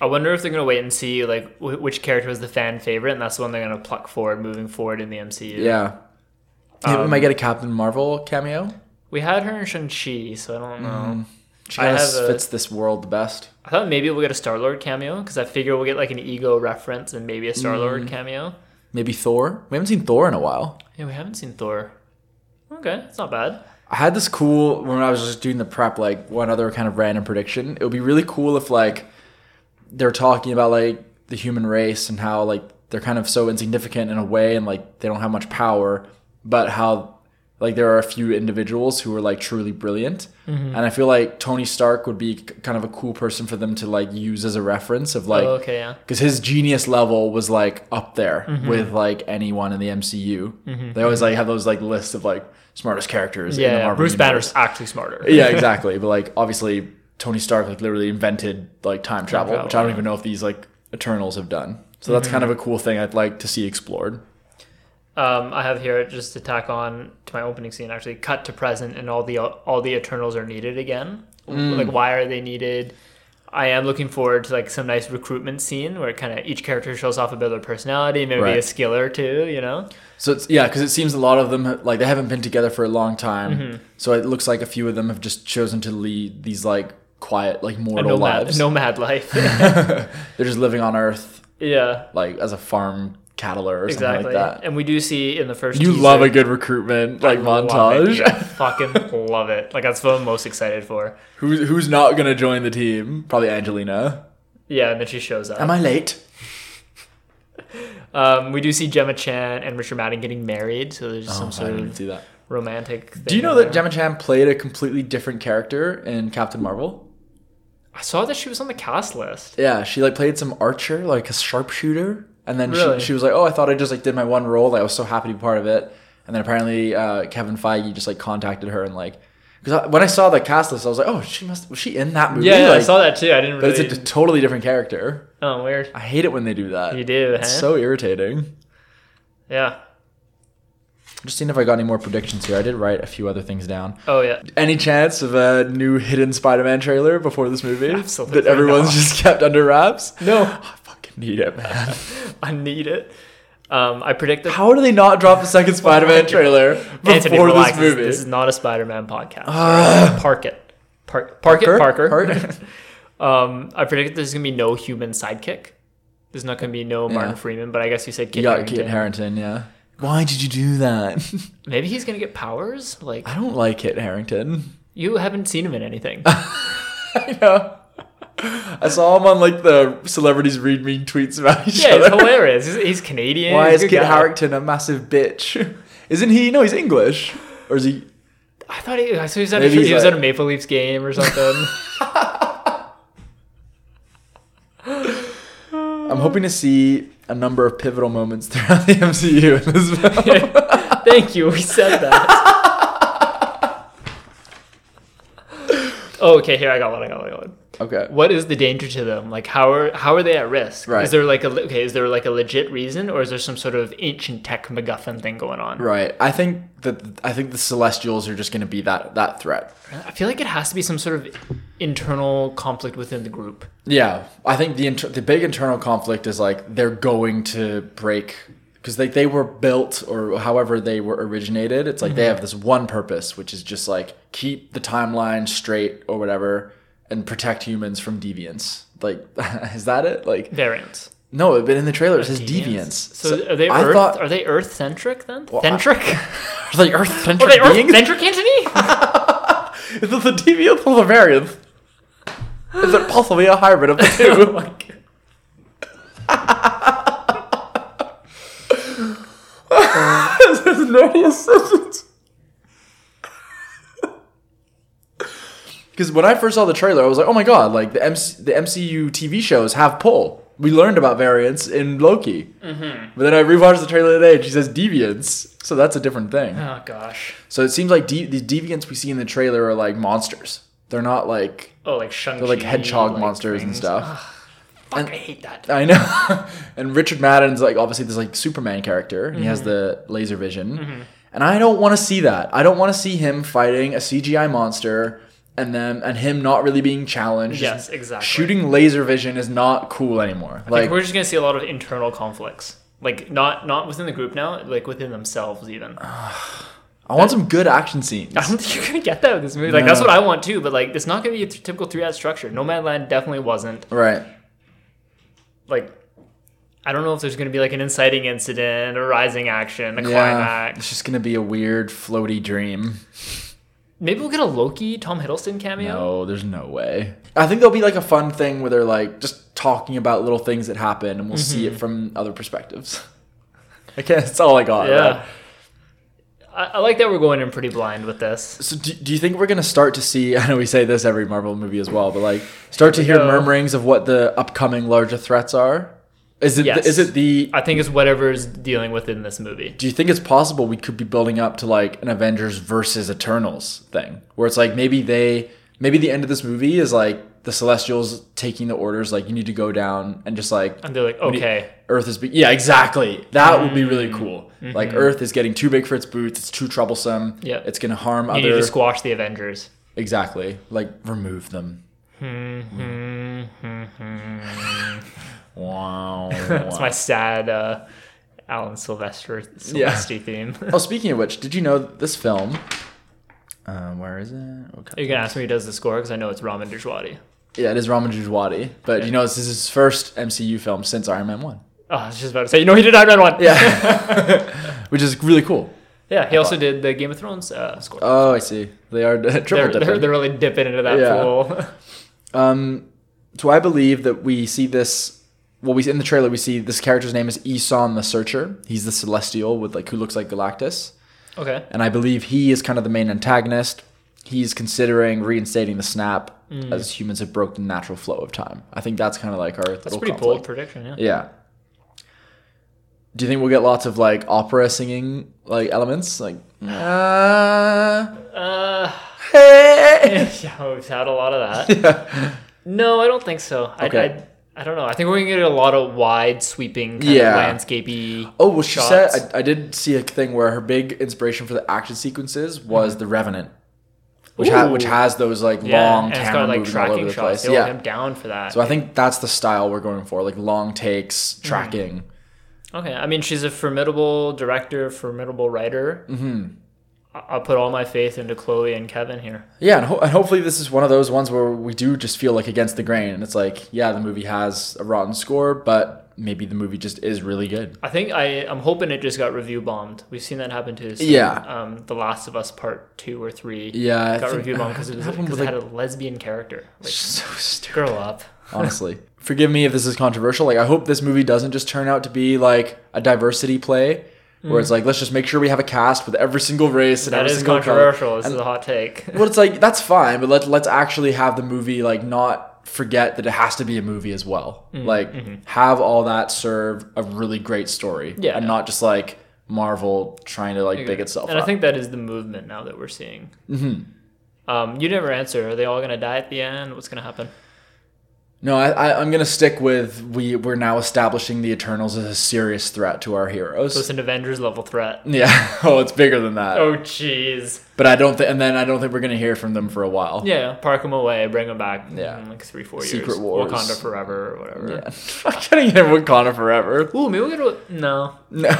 S2: I wonder if they're gonna wait and see like wh- which character was the fan favorite, and that's the one they're gonna pluck forward moving forward in the MCU.
S1: Yeah. Um, Maybe we might get a Captain Marvel cameo.
S2: We had her in Shang Chi, so I don't know.
S1: She
S2: I
S1: kind
S2: have a-
S1: of fits this world the best.
S2: I thought maybe we'll get a Star Lord cameo because I figure we'll get like an ego reference and maybe a Star Lord
S1: Mm.
S2: cameo.
S1: Maybe Thor. We haven't seen Thor in a while.
S2: Yeah, we haven't seen Thor. Okay, it's not bad.
S1: I had this cool when I was just doing the prep, like one other kind of random prediction. It would be really cool if like they're talking about like the human race and how like they're kind of so insignificant in a way and like they don't have much power, but how like there are a few individuals who are like truly brilliant. And I feel like Tony Stark would be k- kind of a cool person for them to like use as a reference of like
S2: oh, okay, yeah.
S1: because his genius level was like up there
S2: Mm-hmm.
S1: with like anyone in the MCU. They always like have those like lists of like smartest characters. in the
S2: Yeah,
S1: Marvel
S2: Bruce
S1: universe.
S2: Banner's actually smarter.
S1: yeah, exactly. But like obviously, Tony Stark like literally invented like time travel,
S2: travel, Mm-hmm.
S1: which I don't
S2: yeah.
S1: even know if these like Eternals have done. So that's kind of a cool thing I'd like to see explored.
S2: Um, I have here just to tack on to my opening scene. Actually, cut to present, and all the all the Eternals are needed again.
S1: Mm.
S2: Like, why are they needed? I am looking forward to like some nice recruitment scene where kind of each character shows off a bit of their personality, maybe a
S1: Right.
S2: skill or two. You know,
S1: So it's, yeah, because it seems a lot of them ha- like they haven't been together for a long time.
S2: Mm-hmm.
S1: So it looks like a few of them have just chosen to lead these like quiet, like
S2: a
S1: mortal
S2: nomad,
S1: lives.
S2: nomad life.
S1: They're just living on Earth
S2: yeah,
S1: like as a farm cattler or
S2: exactly.
S1: something like that.
S2: and we do see in the first
S1: You
S2: teaser-
S1: love a good recruitment like
S2: Love it.
S1: montage.
S2: Yeah, fucking love it. Like that's what I'm most excited for.
S1: Who's who's not gonna join the team? Probably Angelina.
S2: Yeah, and then she shows up.
S1: Am I late?
S2: Um, we do see Gemma Chan and Richard Madden getting married, so there's some
S1: Oh, I
S2: sort
S1: didn't
S2: of
S1: see that.
S2: romantic. Thing
S1: Do you know
S2: in
S1: that
S2: there.
S1: Gemma Chan played a completely different character in Captain Marvel?
S2: I saw that she was on the cast list.
S1: Yeah, she like played some archer, like a sharpshooter, and then
S2: Really?
S1: she, she was like, "Oh, I thought I just like did my one role. Like, I was so happy to be part of it." And then apparently uh, Kevin Feige just like contacted her and like, because when I saw the cast list, I was like, "Oh, she must was she in that movie?"
S2: Yeah, I
S1: Like,
S2: saw that too. I didn't
S1: But it's
S2: really.
S1: a d- totally different character.
S2: oh, weird.
S1: I hate it when they do that.
S2: You do, huh?
S1: It's so irritating.
S2: yeah.
S1: Just seeing if I got any more predictions here. I did write a few other things down.
S2: Oh, yeah.
S1: Any chance of a new hidden Spider-Man trailer before this movie
S2: Absolutely
S1: that everyone's
S2: not.
S1: just kept under wraps?
S2: No,
S1: I fucking need it, man.
S2: I need it. Um, I predict that
S1: How do they not drop a second Spider-Man trailer before
S2: Oh Anthony
S1: this
S2: relaxes.
S1: movie? Uh,
S2: This is not a Spider-Man podcast. Alright, Park it. Park, park it, Parker.
S1: Parker?
S2: Um, I predict there's gonna be no human sidekick. There's not gonna be no Martin
S1: Yeah.
S2: Freeman, but I guess you said Kit
S1: you got
S2: Harington.
S1: Kit Harrington, yeah. Why did you do that?
S2: Maybe he's gonna get powers. Like
S1: I don't like Kit Harrington.
S2: you haven't seen him in anything.
S1: I know. I saw him on like the celebrities read mean tweets about each
S2: yeah,
S1: other.
S2: it's hilarious. He's, he's Canadian.
S1: Why
S2: he's
S1: is
S2: a good
S1: Kit
S2: guy.
S1: Harrington a massive bitch? Isn't he? No, he's English. Or is he?
S2: I thought he, I thought he was at a,
S1: Maybe
S2: he
S1: he's
S2: was
S1: like-
S2: at a Maple Leafs game or something.
S1: I'm hoping to see a number of pivotal moments throughout the MCU in this film.
S2: Thank you. We said that. oh, okay. Here I got one. I got one. I got one.
S1: Okay.
S2: What is the danger to them? Like, how are how are they at risk?
S1: Right.
S2: Is there like a le- okay? Is there like a legit reason, or is there some sort of ancient tech MacGuffin thing going on?
S1: Right. I think that I think the Celestials are just going to be that that threat.
S2: I feel like it has to be some sort of internal conflict within the group.
S1: Yeah. I think the inter- the big internal conflict is like they're going to break because they they were built or however they were originated. It's like they
S2: Mm-hmm.
S1: have this one purpose, which is just like keep the timeline straight or whatever, and protect humans from deviance. Like, is that it? Like,
S2: Variants.
S1: No, but in the trailer it says deviance.
S2: Deviants. So, are they
S1: I
S2: Earth?
S1: thought
S2: are they Earth centric then?
S1: Well, I-
S2: centric?
S1: are they Earth
S2: Are
S1: centric
S2: they Earth
S1: beings?
S2: centric, Anthony?
S1: Is it the deviant or the variant? Is it possibly a hybrid of the
S2: oh
S1: two?
S2: my god.
S1: This is nerdy assistance. Because when I first saw the trailer, I was like, "Oh my god!" Like the MC, the MCU TV shows have pull. We learned about variants in Loki, but then I rewatched the trailer today, and she says deviants, so that's a different thing.
S2: Oh gosh.
S1: So it seems like de- the deviants we see in the trailer are like monsters. They're not like
S2: Oh, like Shang.
S1: They're like Ah. hedgehog monsters and stuff.
S2: Fuck, I hate that.
S1: I know. and Richard Madden's like obviously this like Superman character, and he has
S2: Mm-hmm.
S1: the laser vision. And I don't want to see that. I don't want to see him fighting a CGI monster and them and him not really being challenged.
S2: Yes, exactly.
S1: Shooting laser vision is not cool anymore.
S2: Like
S1: Like
S2: we're just gonna see a lot of internal conflicts. Like not not within the group now, like within themselves even. I
S1: I want some good action scenes.
S2: don't think you're gonna get that with this movie. Like that's
S1: No.
S2: what I want too, but like it's not gonna be a th- typical three act structure. Nomadland definitely wasn't.
S1: Right.
S2: Like I don't know if there's gonna be like an inciting incident, a rising action, a
S1: Yeah.
S2: climax.
S1: It's just gonna be a weird floaty dream.
S2: Maybe we'll get a Loki Tom Hiddleston cameo.
S1: No, there's no way. I think there'll be like a fun thing where they're like just talking about little things that happen and we'll see
S2: Mm-hmm.
S1: it from other perspectives. I can't, that's all I got. right?
S2: Yeah. I, I like that we're going in pretty blind with this.
S1: So do, do you think we're going to start to see, I know we say this every Marvel movie as well, but like start to hear
S2: No.
S1: murmurings of what the upcoming larger threats are? Is it,
S2: Yes.
S1: the, is it the,
S2: I think it's whatever's dealing with it in this movie.
S1: do you think it's possible we could be building up to like an Avengers versus Eternals thing where it's like maybe they maybe the end of this movie is like the Celestials taking the orders like you need to go down and just like
S2: And they're like,
S1: we need-
S2: okay. Mm-hmm.
S1: Earth is be- yeah exactly that would be really cool like Earth is getting too big for its boots it's too troublesome
S2: Yeah.
S1: it's gonna harm
S2: You need
S1: other
S2: to squash the Avengers. Hmm,
S1: exactly like remove them wow
S2: That's my sad uh, Alan Silvestri
S1: Yeah.
S2: Silvestri theme.
S1: oh speaking of which did you know this film um, where is it okay
S2: You're gonna ask me who does the score because I know it's Ramin Djawadi.
S1: Yeah, it is Ramin Djawadi, but you know this is his first MCU film since Iron Man One.
S2: Oh, I was just about to say, you know, he did Iron Man one.
S1: Yeah, which is really cool.
S2: yeah. He also did the Game of Thrones uh, score.
S1: Oh, I see. They are triple
S2: they're, they're,
S1: dipping.
S2: they're really dipping into that
S1: Yeah.
S2: pool.
S1: Um, so I believe that we see this. Well, we in the trailer we see this character's name is Eson the Searcher. He's the Celestial with like who looks like Galactus,
S2: okay.
S1: and I believe he is kind of the main antagonist. He's considering reinstating the snap
S2: Mm.
S1: as humans have broken the natural flow of time. I think that's kind of like our
S2: That's
S1: little
S2: a pretty
S1: conflict.
S2: bold prediction, yeah.
S1: Yeah. Do you think we'll get lots of like opera singing like elements like uh,
S2: Uh,
S1: hey?
S2: yeah, we've had a lot of that. No, I don't think so. I,
S1: Okay.
S2: I, I don't know. I think we're gonna get a lot of wide, sweeping, kind
S1: Yeah.
S2: of landscapey.
S1: Oh, well, she
S2: shots.
S1: said I, I did see a thing where her big inspiration for the action sequences was The Revenant, which ha-
S2: Mm-hmm. Ooh.
S1: which has those like long
S2: and it's
S1: camera
S2: got like
S1: moving all over
S2: tracking
S1: the
S2: shots.
S1: place.
S2: Yeah, I'm
S1: Yeah.
S2: down for that.
S1: So I think that's the style we're going for, like long takes,
S2: Mm-hmm.
S1: tracking.
S2: okay, I mean, she's a formidable director, formidable writer. Mm-hmm. I'll put all my faith into Chloe and Kevin here.
S1: Yeah, and, ho- and hopefully this is one of those ones where we do just feel like against the grain, and it's like, yeah, the movie has a rotten score, but maybe the movie just is really good.
S2: I think I, I'm hoping it just got review bombed. We've seen that happen to some,
S1: Yeah.
S2: um, The Last of Us Part Two or Three.
S1: Yeah, I
S2: got
S1: think-
S2: review bombed because it, was,
S1: That one
S2: 'cause
S1: was,
S2: it
S1: like-
S2: had a lesbian character. Like,
S1: So stupid.
S2: grow up.
S1: Honestly, forgive me if this is controversial. Like, I hope this movie doesn't just turn out to be like a diversity play, where it's like, let's just make sure we have a cast with every single race and
S2: Hmm. That
S1: every
S2: is
S1: single
S2: controversial.
S1: Color.
S2: This
S1: And,
S2: is a hot take.
S1: well, it's like that's fine, but let let's actually have the movie like not forget that it has to be a movie as well.
S2: Mm-hmm,
S1: Like, have all that serve a really great story,
S2: Yeah.
S1: and not just like Marvel trying to like big itself.
S2: And
S1: up.
S2: I think that is the movement now that we're seeing. Mm-hmm. Um, you never answer. Are they all going to die at the end? What's going to happen?
S1: No, I, I, I'm gonna stick with we. We're now establishing the Eternals as a serious threat to our
S2: So
S1: heroes.
S2: it's an Avengers level threat.
S1: Yeah. Oh, it's bigger than that.
S2: Oh, jeez.
S1: But I don't think, and then I don't think we're gonna hear from them for a while.
S2: Yeah, park them away, bring them back.
S1: Yeah.
S2: in like three, four years.
S1: Secret Wars.
S2: Wakanda forever or whatever.
S1: Yeah. I'm getting him with Connor forever.
S2: Ooh, maybe we'll get a no.
S1: No.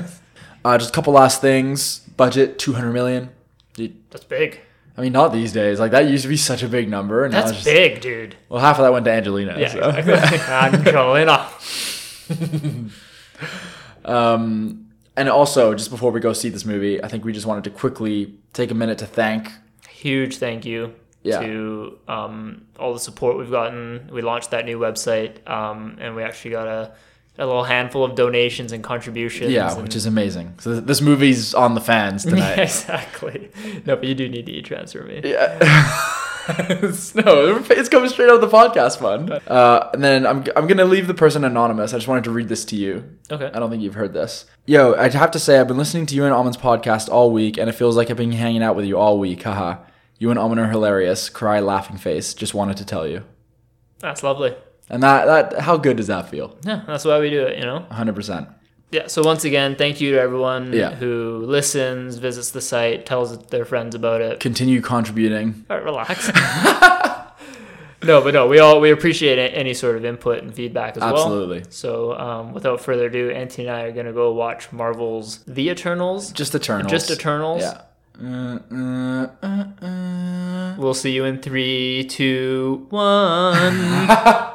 S1: uh, just a couple last things. Budget 200 million.
S2: That's big.
S1: I mean, not these days. Like that used to be such a big number. And now
S2: That's
S1: it's just-
S2: big, dude.
S1: Well, half of that went to Angelina.
S2: Yeah,
S1: so.
S2: exactly. I'm chilling off.
S1: Um, and also, just before we go see this movie, I think we just wanted to quickly take a minute to thank
S2: Huge thank you
S1: Yeah.
S2: to um, all the support we've gotten. We launched that new website, um, and we actually got a, a little handful of donations and contributions.
S1: Yeah,
S2: and-
S1: which is amazing. So th- this movie's on the fans
S2: Yeah,
S1: tonight.
S2: exactly. No, but you do need to e-transfer me.
S1: yeah. It's- no, it's coming straight out of the podcast fund. Uh, and then I'm, I'm going to leave the person anonymous. I just wanted to read this to you.
S2: Okay.
S1: I don't think you've heard this. Yo, I'd have to say I've been listening to you and Almond's podcast all week, and it feels like I've been hanging out with you all week. Haha. You and Almond are hilarious. Cry laughing face. Just wanted to tell you.
S2: That's lovely.
S1: And that, that how good does that feel?
S2: Yeah, that's why we do it, you know?
S1: 100%.
S2: Yeah, so once again, thank you to everyone
S1: Yeah.
S2: who listens, visits the site, tells their friends about it.
S1: Continue contributing.
S2: All right, relax. no, but no, we all we appreciate a- any sort of input and feedback as well.
S1: Absolutely.
S2: So, um, without further ado, Antti and I are going to go watch Marvel's The Eternals.
S1: Just Eternals.
S2: Just Eternals.
S1: Yeah. Uh, uh, uh, uh.
S2: We'll see you in three, two, one.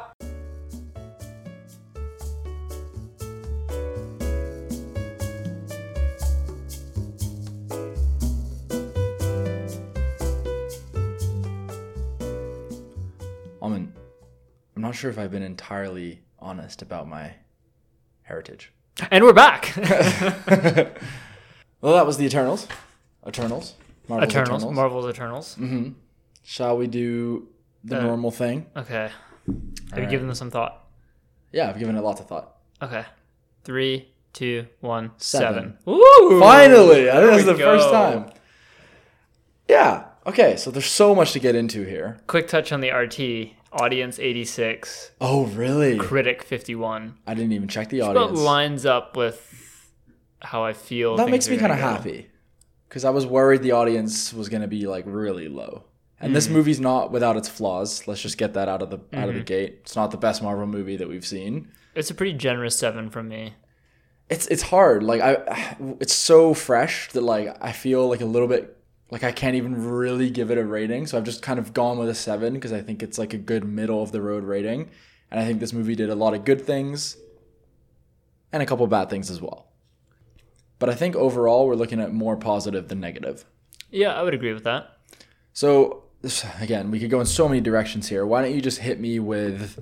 S1: I'm not sure if I've been entirely honest about my heritage.
S2: And we're back.
S1: Well, that was the Eternals. Eternals. Marvel's
S2: Eternals, Marvel's Eternals.
S1: Shall we do the
S2: Uh,
S1: normal thing?
S2: Okay. Have you
S1: Alright.
S2: given them some thought?
S1: Yeah, I've given it lots of thought.
S2: Okay. Three, two, one,
S1: Seven.
S2: seven. Woo!
S1: Finally, I think that's
S2: we
S1: the first
S2: go.
S1: time. Yeah. Okay. So there's so much to get into here.
S2: Quick touch on the RT. Audience 86,
S1: Oh, really?
S2: critic 51.
S1: I didn't even check the
S2: But
S1: audience.
S2: lines up with how I feel.
S1: that
S2: things
S1: makes
S2: are
S1: me kind
S2: gonna
S1: of
S2: go.
S1: happy because I was worried the audience was going to be like really low. And
S2: Hmm.
S1: this movie's not without its flaws. Let's just get that out of the out of the gate. It's not the best Marvel movie that we've seen.
S2: It's a pretty generous seven from me.
S1: It's it's hard. Like I, it's so fresh that like I feel like a little bit like I can't even really give it a rating. So I've just kind of gone with a seven because I think it's like a good middle of the road rating. And I think this movie did a lot of good things and a couple bad things as well. But I think overall we're looking at more positive than negative.
S2: Yeah, I would agree with that.
S1: So again, we could go in so many directions here. Why don't you just hit me with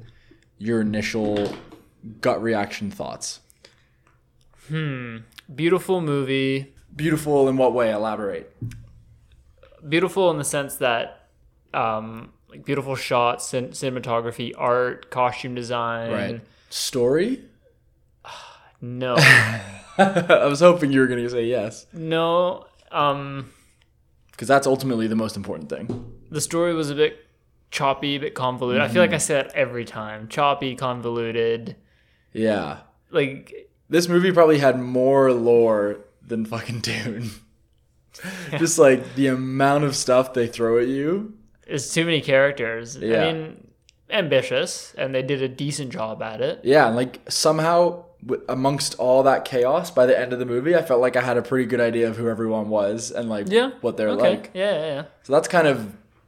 S1: your initial gut reaction thoughts?
S2: Beautiful movie.
S1: Beautiful in what way? Elaborate.
S2: beautiful in the sense that um like beautiful shots cin- cinematography art costume design
S1: Story?
S2: no
S1: I was hoping you were going to say yes,
S2: no um
S1: because that's ultimately the most important thing.
S2: the story was a bit choppy a bit convoluted i feel
S1: Mm-hmm.
S2: like i say that every time choppy convoluted
S1: Yeah.
S2: like
S1: This movie probably had more lore than fucking Dune. Just like the amount of stuff they throw at you.
S2: it's too many characters
S1: Yeah.
S2: i mean ambitious and they did a decent job at it
S1: Yeah, and like somehow w- amongst all that chaos, by the end of the movie, I felt like I had a pretty good idea of who everyone was and like
S2: yeah
S1: what they're
S2: Okay.
S1: like.
S2: yeah yeah yeah
S1: So that's kind of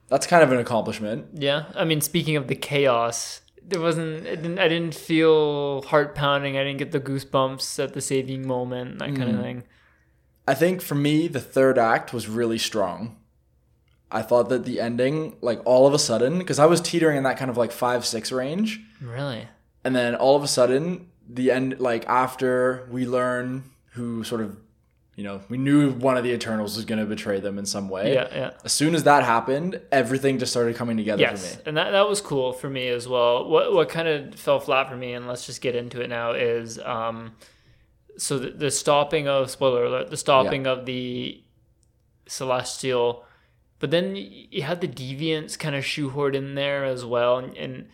S1: that's kind of an accomplishment.
S2: Yeah, I mean, speaking of the chaos, there wasn't. It didn't, I didn't feel heart pounding. I didn't get the goosebumps at the saving moment, that
S1: Mm.
S2: kind of thing.
S1: I think for me, the third act was really strong. I thought that the ending, like all of a sudden, because I was teetering in that kind of like five six range,
S2: Really,
S1: and then all of a sudden the end like after we learn who sort of you know we knew one of the eternals was going to betray them in some way
S2: yeah, yeah,
S1: as soon as that happened everything just started coming together
S2: yes,
S1: for me
S2: and that that was cool for me as well. What what kind of fell flat for me, and let's just get into it now, is um, so the, the stopping of spoiler alert, the stopping of the celestial. But then y- you had the deviants kind of shoehorned in there as well, and, and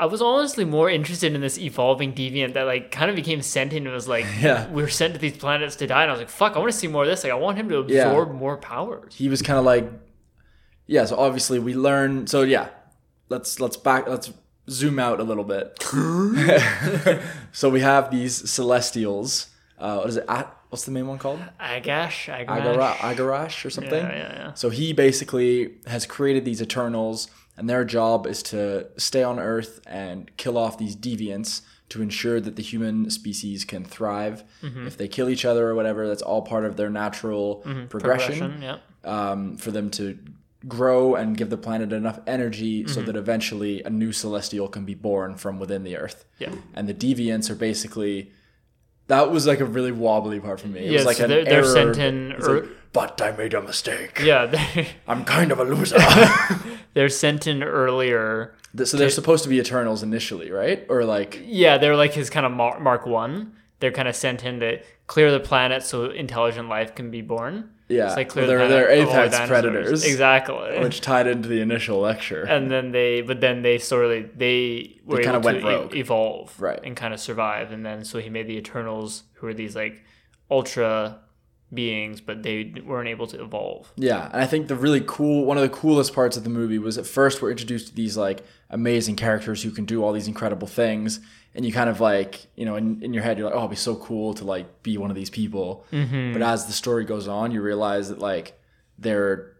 S2: I was honestly more interested in this evolving deviant that like kind of became sentient and was like,
S1: Yeah.
S2: we are sent to these planets to die." And I was like, "Fuck, I want to see more of this. Like, I want him to
S1: Yeah.
S2: absorb more powers."
S1: he was kind of like yeah so obviously we learn so yeah let's let's back let's zoom out a little bit so we have these celestials uh what is it At, what's the main one called
S2: Agash, Agash,
S1: Agara- agarash or something
S2: yeah, yeah, yeah.
S1: So he basically has created these Eternals, and their job is to stay on Earth and kill off these deviants to ensure that the human species can thrive.
S2: Mm-hmm.
S1: If they kill each other or whatever, that's all part of their natural progression
S2: Progression, yeah.
S1: um, for them to grow and give the planet enough energy
S2: Mm-hmm.
S1: so that eventually a new celestial can be born from within the Earth.
S2: Yeah.
S1: And the deviants are basically. That was like a really wobbly part for me. It
S2: Yeah,
S1: was like
S2: so
S1: an
S2: they're- they're
S1: error.
S2: sent in
S1: It's
S2: Earth-
S1: like, but I made a mistake.
S2: Yeah, they're,
S1: I'm kind of a loser.
S2: they're sent in earlier.
S1: so they're supposed to be Eternals initially, right? Or like,
S2: Yeah, they're like his kind of mark, mark one. They're kind of sent in to clear the planet so intelligent life can be born.
S1: Yeah,
S2: so they clear
S1: they're-
S2: the planet
S1: they're
S2: of all
S1: apex
S2: dinosaurs.
S1: predators.
S2: Exactly.
S1: which tied into the initial lecture.
S2: and then they, but then they sort of they were
S1: kinda
S2: able
S1: went
S2: to e-
S1: rogue.
S2: evolve
S1: Right.
S2: and kind of survive. And then so he made the Eternals, who are these like ultra beings, but they weren't able to evolve.
S1: yeah, and I think the really cool, one of the coolest parts of the movie was at first we're introduced to these like amazing characters who can do all these incredible things, and you kind of like, you know, in, in your head you're like, oh, it'd be so cool to like be one of these people.
S2: Mm-hmm.
S1: But as the story goes on, you realize that like they're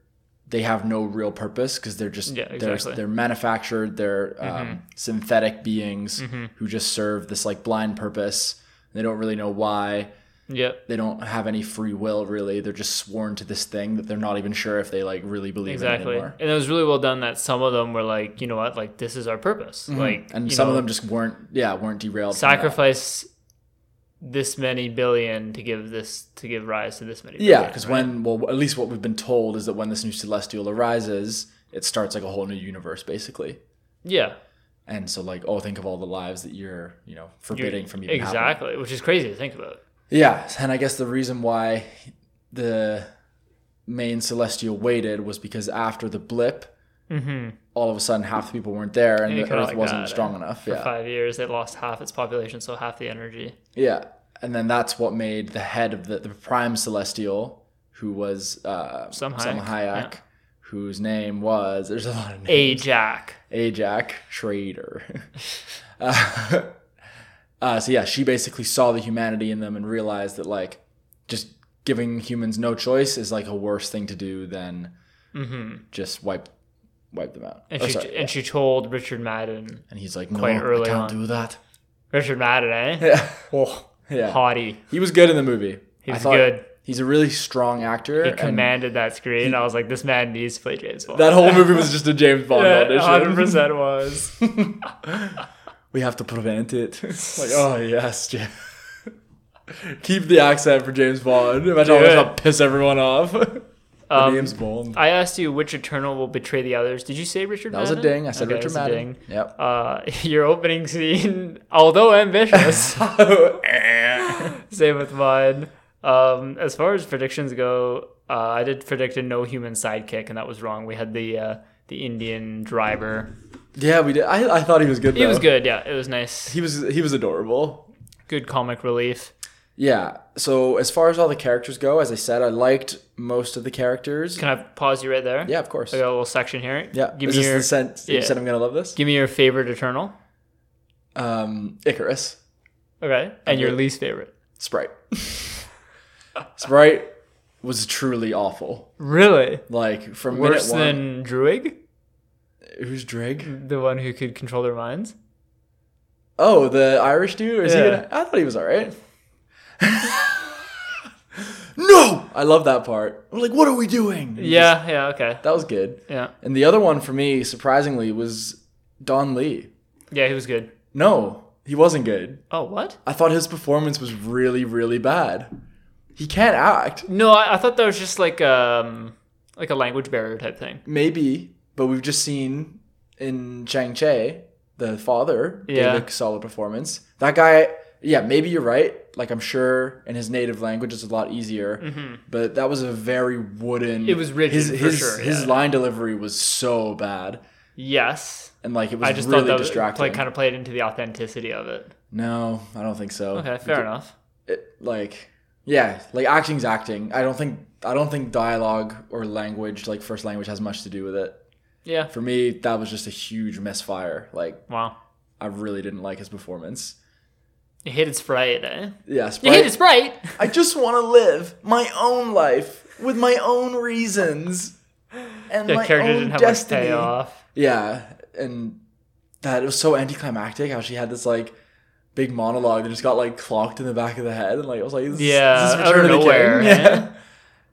S1: they have no real purpose because they're just
S2: Yeah,
S1: they're
S2: exactly. Mm-hmm.
S1: they're manufactured they're um, synthetic beings who just serve this like blind purpose they don't really know why
S2: Yep.
S1: They don't have any free will really. They're just sworn to this thing that they're not even sure if they like really believe in
S2: Exactly.
S1: anymore.
S2: And it was really well done that some of them were like, you know what, like this is our purpose. Like
S1: Mm-hmm. And
S2: you
S1: some
S2: know,
S1: of them just weren't yeah, weren't derailed. from that.
S2: sacrifice this many billion to give this to give rise to this many
S1: Yeah,
S2: billion,
S1: because
S2: right?
S1: when well at least what we've been told is that when this new celestial arises, it starts like a whole new universe basically.
S2: Yeah.
S1: And so like, oh think of all the lives that you're, you know, forbidding from even happening.
S2: exactly. Which is crazy to think about.
S1: Yeah, and I guess the reason why the main celestial waited was because after the blip, all of a sudden half the people weren't there, and
S2: Mm-hmm. And you
S1: the
S2: kinda
S1: Earth
S2: like
S1: wasn't
S2: that,
S1: strong
S2: eh?
S1: enough.
S2: For
S1: Yeah,
S2: five years it lost half its population, so half the energy.
S1: yeah, and then that's what made the head of the, the prime celestial, who was uh,
S2: Some Hayek,
S1: Hayek,
S2: yeah.
S1: whose name was there's a lot of names.
S2: Ajax.
S1: Ajak Schrader. uh, uh, so yeah, she basically saw the humanity in them and realized that like just giving humans no choice is like a worse thing to do than just wipe wipe them out.
S2: Mm-hmm. And
S1: Or
S2: she
S1: Oh, sorry,
S2: and she told Richard Madden.
S1: and he's like, no,
S2: quite
S1: I
S2: early
S1: can't
S2: on.
S1: do that.
S2: Richard Madden, eh?
S1: Yeah,
S2: Oh,
S1: yeah.
S2: haughty.
S1: He was good in the movie.
S2: He
S1: I
S2: was
S1: thought
S2: good.
S1: He's a really strong actor.
S2: He
S1: and
S2: commanded that screen. I was like, this man needs to play James Bond.
S1: that whole movie was just a James Bond
S2: hundred
S1: audition.
S2: percent was.
S1: we have to prevent it. like, oh yes, Jim. Keep the accent for James Bond. Imagine how
S2: Do
S1: much
S2: it.
S1: I'll piss everyone off.
S2: Um,
S1: James Bond.
S2: I asked you which Eternal will betray the others. Did you say Richard?
S1: that was a
S2: Madden?
S1: ding. I said
S2: Okay,
S1: Richard
S2: it's a
S1: Madden.
S2: ding.
S1: Yep.
S2: Uh, your opening scene, although ambitious, same with mine. Um, as far as predictions go, uh, I did predict a no human sidekick, and that was wrong. We had the uh, the Indian driver.
S1: yeah, we did. I, I thought he was good.
S2: He was
S1: though.
S2: good. Yeah, it was nice.
S1: He was he was adorable.
S2: Good comic relief.
S1: Yeah. So as far as all the characters go, as I said, I liked most of the characters.
S2: Can I pause you right there?
S1: yeah, of course.
S2: I got a little section here.
S1: Yeah.
S2: Give
S1: Is
S2: me
S1: this
S2: your
S1: the sense that you
S2: yeah.
S1: said I'm gonna love this?
S2: give me your favorite Eternal.
S1: Um, Icarus.
S2: Okay. And your least favorite.
S1: Sprite. Sprite was truly awful.
S2: Really?
S1: Like from minute
S2: Worse
S1: one.
S2: than Mm. Druig,
S1: Who's Drake?
S2: the one who could control their minds.
S1: Oh, the Irish dude? Is he
S2: Yeah.
S1: gonna I thought he was alright. no! I love that part. I'm like, what are we doing?
S2: Yeah. Yeah. Okay.
S1: That was good.
S2: Yeah.
S1: And the other one for me, surprisingly, was Don Lee.
S2: Yeah. He was good.
S1: No, he wasn't good.
S2: Oh, what?
S1: I thought his performance was really, really bad. He can't act.
S2: No, I, I thought that was just like um like a language barrier type thing.
S1: Maybe, but we've just seen in Chang Che, the father,
S2: Yeah.
S1: gave a solid performance. That guy, yeah, maybe you're right. Like I'm sure in his native language it's a lot easier, but that was a very wooden.
S2: Mm-hmm. It was rigid,
S1: His
S2: for
S1: his,
S2: sure,
S1: his
S2: yeah.
S1: line delivery was so bad,
S2: Yes.
S1: and like it was
S2: I just
S1: really
S2: thought that
S1: distracting.
S2: like kind of played into the authenticity of it.
S1: no, I don't think so.
S2: Okay, fair enough.
S1: It, like yeah, like acting's acting. I don't think I don't think dialogue or language, like first language, has much to do with it.
S2: Yeah.
S1: For me, that was just a huge misfire. Like
S2: Wow.
S1: I really didn't like his performance.
S2: You hated Sprite, eh?
S1: Yeah,
S2: You
S1: Sprite.
S2: hated Sprite.
S1: I just want to live my own life with my own reasons and
S2: The
S1: my
S2: character
S1: own
S2: didn't have much
S1: destiny.
S2: payoff.
S1: yeah, and that it was so anticlimactic how she had this like big monologue that just got like clocked in the back of the head and like I was like, is this,
S2: Yeah,
S1: is
S2: out
S1: this
S2: of
S1: Return of the
S2: nowhere,
S1: King?
S2: eh?
S1: Yeah.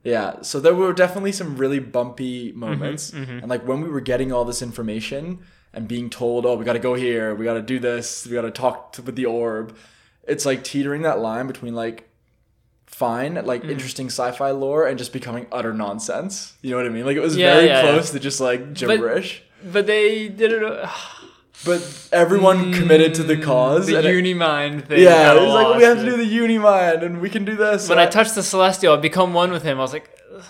S1: Yeah, so there were definitely some really bumpy moments,
S2: Mm-hmm,
S1: and like when we were getting all this information and being told, "Oh, we got to go here, we got to do this, we got to talk to, with the orb," it's like teetering that line between like fine, like
S2: Mm-hmm.
S1: interesting sci-fi lore, and just becoming utter nonsense. You know what I mean? Like it was
S2: Yeah,
S1: very
S2: yeah, yeah.
S1: close to just like gibberish.
S2: But they did it. uh,
S1: But, everyone committed to the cause.
S2: Mm, The
S1: and it-
S2: uni mind thing.
S1: yeah,
S2: kinda
S1: it was like we
S2: lost
S1: have to
S2: it.
S1: do the uni mind, and we can do this.
S2: When
S1: and
S2: I touched the Celestial, I become one with him. I was like, "Ugh."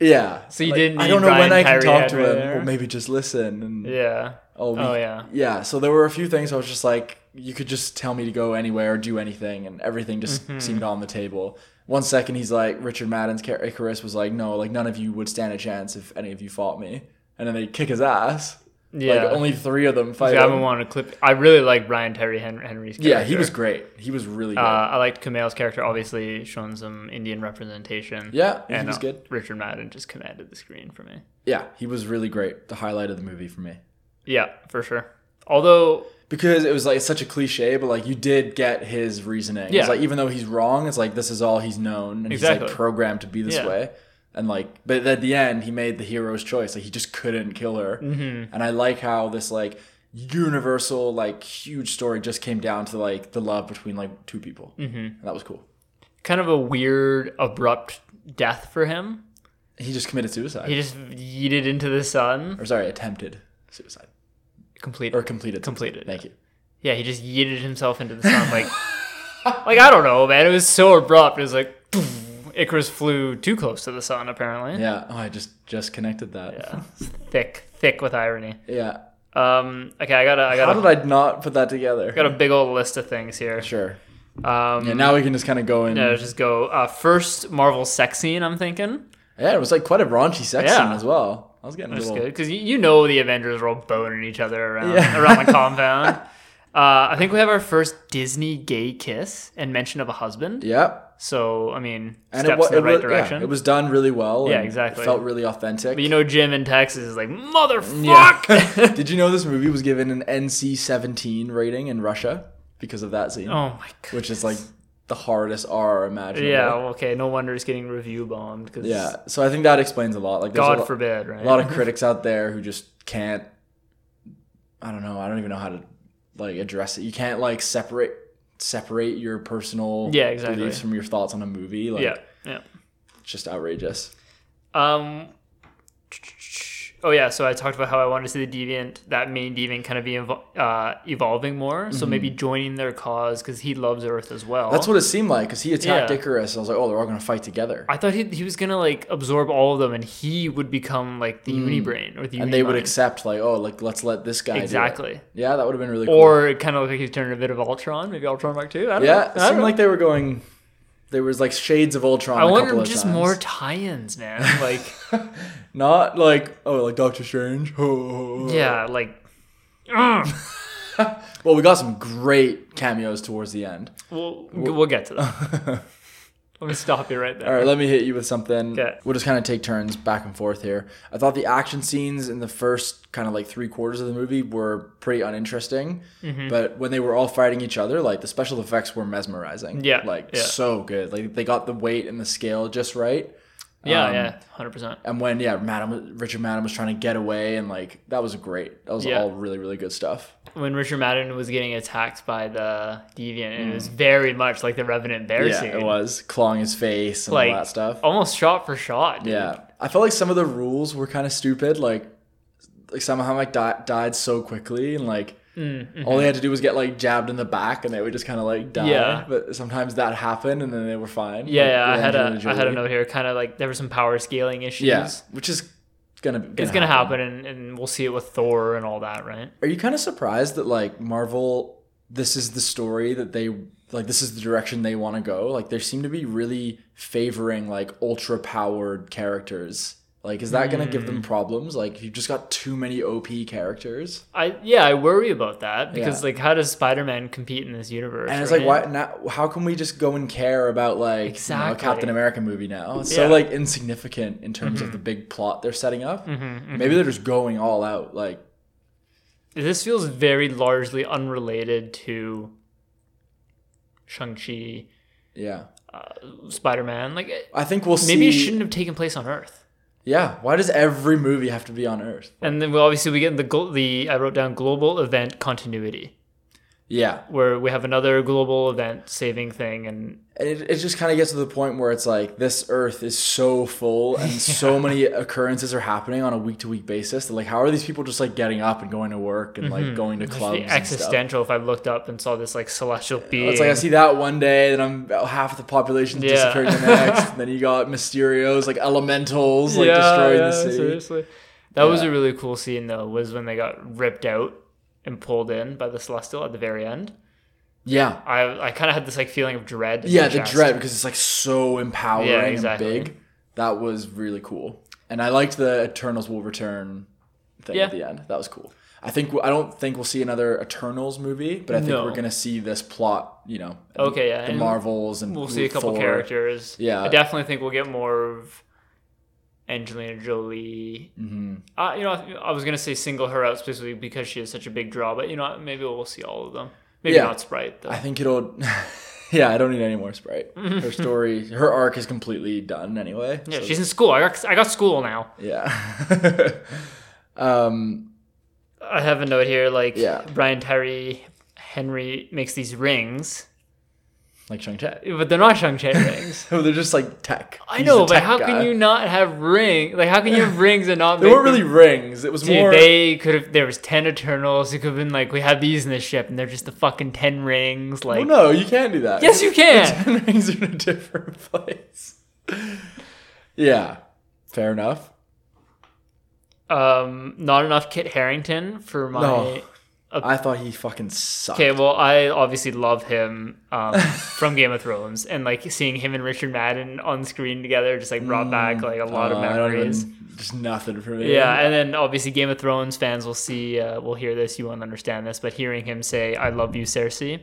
S1: yeah.
S2: So you didn't
S1: I
S2: need
S1: don't know when
S2: Brian
S1: I can
S2: Tyree
S1: talk to
S2: Henry
S1: him.
S2: there?
S1: Well, maybe just listen. And
S2: yeah.
S1: Oh, we-
S2: Oh, yeah.
S1: Yeah. So there were a few things I was just like, you could just tell me to go anywhere or do anything, and everything just
S2: Mm-hmm.
S1: seemed on the table. One second he's like, Richard Madden's Car- Icarus was like, no, like none of you would stand a chance if any of you fought me, and then they kick his ass.
S2: Yeah.
S1: Like only three of them fight.
S2: See, I haven't
S1: him.
S2: wanted to clip. I really like Brian Terry Hen- Henry's character.
S1: Yeah, he was great. He was really good.
S2: Uh, I liked Kumail's character, obviously showing some Indian representation.
S1: yeah, he
S2: and
S1: was
S2: uh,
S1: good.
S2: Richard Madden just commanded the screen for me.
S1: Yeah, he was really great. The highlight of the movie for me.
S2: Yeah, for sure. Although
S1: because it was like such a cliche, but like you did get his reasoning.
S2: Yeah.
S1: It's like even though he's wrong, it's like this is all he's known and he's
S2: Exactly.
S1: like programmed to be this
S2: Yeah.
S1: way. And like, but at the end, he made the hero's choice. Like he just couldn't kill her.
S2: Mm-hmm.
S1: And I like how this like universal like huge story just came down to like the love between like two people. Mm-hmm. And that was cool.
S2: Kind of a weird, abrupt death for him.
S1: He just committed suicide.
S2: He just yeeted into the sun.
S1: or sorry, attempted suicide
S2: Complete.
S1: or completed. suicide.
S2: Completed,
S1: Thank you.
S2: yeah, he just yeeted himself into the sun. Like, like I don't know, man. It was so abrupt. It was like Icarus flew too close to the sun. Apparently,
S1: Yeah. Oh, I just just connected that.
S2: Yeah. thick, thick with irony.
S1: Yeah.
S2: Um, okay, I gotta, I
S1: How
S2: gotta,
S1: did I not put that together?
S2: got a big old list of things here.
S1: Sure.
S2: Um,
S1: And now we can just kind of go in.
S2: yeah, just go. Uh, first Marvel sex scene. I'm thinking
S1: Yeah, it was like quite a raunchy sex
S2: Yeah.
S1: scene as well. I was getting a
S2: that's
S1: little.
S2: good because you, you know the Avengers are all boning each other around
S1: Yeah.
S2: around the compound. Uh, I think we have our first Disney gay kiss and mention of a husband.
S1: Yep.
S2: So I mean,
S1: And
S2: steps
S1: wa-
S2: in the right
S1: wa- yeah,
S2: direction.
S1: it was done really well.
S2: Yeah,
S1: and
S2: exactly.
S1: It felt really authentic.
S2: But you know, Jim in Texas is like, motherfuck.
S1: yeah. Did you know this movie was given an NC 17 rating in Russia because of that scene?
S2: oh my god.
S1: Which is like the hardest R imaginable.
S2: Yeah. well, Okay. No wonder it's getting review bombed. Cause
S1: Yeah. So I think that explains a lot. Like, there's a
S2: God
S1: lo-
S2: forbid, right?
S1: a lot of critics out there who just can't i don't know i don't even know how to like address it you can't like separate separate your personal
S2: Yeah, exactly.
S1: beliefs from your thoughts on a movie like
S2: yeah. Yeah.
S1: it's just outrageous
S2: Um. Oh yeah, so I talked about how I wanted to see the deviant, that main deviant, kind of be evol- uh, evolving more. So maybe joining their cause because he loves Earth as well.
S1: Mm-hmm. that's what it seemed like because he attacked
S2: Yeah.
S1: icarus and i was like oh they're all gonna fight together
S2: I thought he, he was gonna like absorb all of them, and he would become like the Unibrain or the
S1: Mm. and they would
S2: Unimind.
S1: accept like oh like let's let this guy do it.
S2: exactly,
S1: yeah that would have been really cool
S2: or it kind of looked like he was turning a bit of Ultron, maybe Ultron Mark Two. I don't
S1: yeah
S2: know.
S1: it
S2: I don't
S1: seemed
S2: know.
S1: like they were going there was like shades of ultron
S2: I
S1: a
S2: want
S1: couple of
S2: just
S1: times.
S2: more tie-ins, man. Like,
S1: not like oh like doctor strange
S2: yeah, like. ugh.
S1: well we got some great cameos towards the end
S2: We'll, we'll get to that. Let me stop you right there.
S1: All right, let me hit you with something.
S2: 'Kay.
S1: We'll just kind of take turns back and forth here. I thought the action scenes in the first kind of like three quarters of the movie were pretty uninteresting,
S2: Mm-hmm.
S1: but when they were all fighting each other, like the special effects were mesmerizing.
S2: Yeah,
S1: like
S2: yeah.
S1: so good. Like they got the weight and the scale just right.
S2: Yeah,
S1: Um,
S2: yeah, hundred percent.
S1: And when yeah, Madam Richard Madam was trying to get away, and like that was great. That was
S2: Yeah.
S1: all really really good stuff.
S2: When Richard Madden was getting attacked by the deviant, it was very much like the Revenant Bear
S1: Mm. yeah,
S2: scene.
S1: it was clawing his face and
S2: Like
S1: all that stuff.
S2: almost shot for shot. dude.
S1: Yeah, I felt like some of the rules were kind of stupid. Like, like somehow like di- died so quickly, and like
S2: Mm-hmm.
S1: all they had to do was get like jabbed in the back, and they would just kind of like die.
S2: Yeah.
S1: But sometimes that happened, and then they were fine.
S2: yeah,
S1: Like,
S2: yeah. I
S1: with
S2: had a,
S1: Angelina
S2: I had a
S1: Jolie.
S2: note here, kind of like there were some power scaling issues.
S1: Yeah, which is gonna, gonna
S2: it's gonna happen, and, and we'll see it with Thor and all that, right?
S1: Are you kind of surprised that like Marvel, this is the story that they like. This is the direction they want to go. Like, they seem to be really favoring like ultra powered characters. Like, is that gonna
S2: Hmm.
S1: give them problems? Like, you've just got too many OP characters.
S2: I yeah, I worry about that because
S1: Yeah.
S2: like, how does Spider Man compete in this universe?
S1: And it's
S2: right?
S1: like, why? Now, how can we just go and care about like you know, a
S2: Exactly.
S1: Captain America movie now? It's
S2: Yeah. Mm-hmm.
S1: so like insignificant in terms of the big plot they're setting up. Maybe they're just going all out. Like,
S2: This feels very largely unrelated to Shang Chi,
S1: yeah,
S2: Spider Man. Like, it-
S1: I think we'll see.
S2: maybe it shouldn't have taken place on Earth.
S1: Yeah, why does every movie have to be on Earth?
S2: And then we obviously we get the glo- the I wrote down global event continuity,
S1: Yeah,
S2: where we have another global event saving thing, and
S1: and it, it just kind of gets to the point where it's like this Earth is so full and so many occurrences are happening on a week to week basis. That, like, how are these people just like getting up and going to work and like going to
S2: it'd
S1: clubs?
S2: be
S1: and stuff?
S2: Mm-hmm. existential. If I looked up and saw this like celestial being,
S1: It's like I see that one day, then I'm half the population
S2: Yeah.
S1: disappeared the next. and then you got Mysterios, like elementals, like destroying the city.
S2: Seriously, that was
S1: Yeah.
S2: a really cool scene though. Was when they got ripped out and pulled in by the celestial at the very end.
S1: Yeah,
S2: I I kind of had this like feeling of dread. in
S1: yeah,
S2: my
S1: the
S2: chest.
S1: dread because it's like so empowering
S2: Yeah, exactly.
S1: and big. That was really cool, and I liked the Eternals will return thing
S2: Yeah.
S1: at the end. That was cool. I think I don't think we'll see another Eternals movie, but I think
S2: No.
S1: we're gonna see this plot. You know,
S2: Okay, yeah,
S1: the
S2: and
S1: Marvels, and
S2: We'll see a couple
S1: Thor.
S2: characters.
S1: Yeah.
S2: I definitely think we'll get more of Angelina Jolie.
S1: Mm-hmm.
S2: Uh, you know, I, I was gonna say single her out specifically because she is such a big draw, but you know, maybe we'll see all of them. Maybe
S1: Yeah.
S2: not Sprite though.
S1: I think it'll. yeah, I don't need any more Sprite. Her story, her arc is completely done anyway.
S2: yeah,
S1: so-
S2: she's in school. I got I got school now.
S1: yeah. um,
S2: I have a note here like
S1: Yeah.
S2: Brian Terry Henry makes these rings,
S1: like Shang Chi.
S2: but they're not Shang Chi rings.
S1: So they're just like tech.
S2: I
S1: He's
S2: know,
S1: a
S2: but
S1: tech
S2: how
S1: guy.
S2: can you not have ring? Like, how can you have rings and not?
S1: They
S2: make
S1: weren't
S2: them-
S1: really rings. It was
S2: Dude,
S1: more.
S2: they could have. There was ten Eternals. It could have been like we have these in the ship, and they're just the fucking ten rings.
S1: Oh,
S2: Like,
S1: no, you can do that.
S2: yes, you can.
S1: Ten rings are in a different place. yeah, fair enough.
S2: Um, not enough Kit Harrington for my.
S1: No. I thought he fucking sucked.
S2: Okay, well, I obviously love him um, from Game of Thrones, and like seeing him and Richard Madden on screen together just like brought back like a lot
S1: Uh,
S2: of
S1: I don't
S2: memories.
S1: even, just nothing for me.
S2: Yeah, and then obviously Game of Thrones fans will see, uh, will hear this. You won't understand this, but hearing him say "I love you, Cersei,"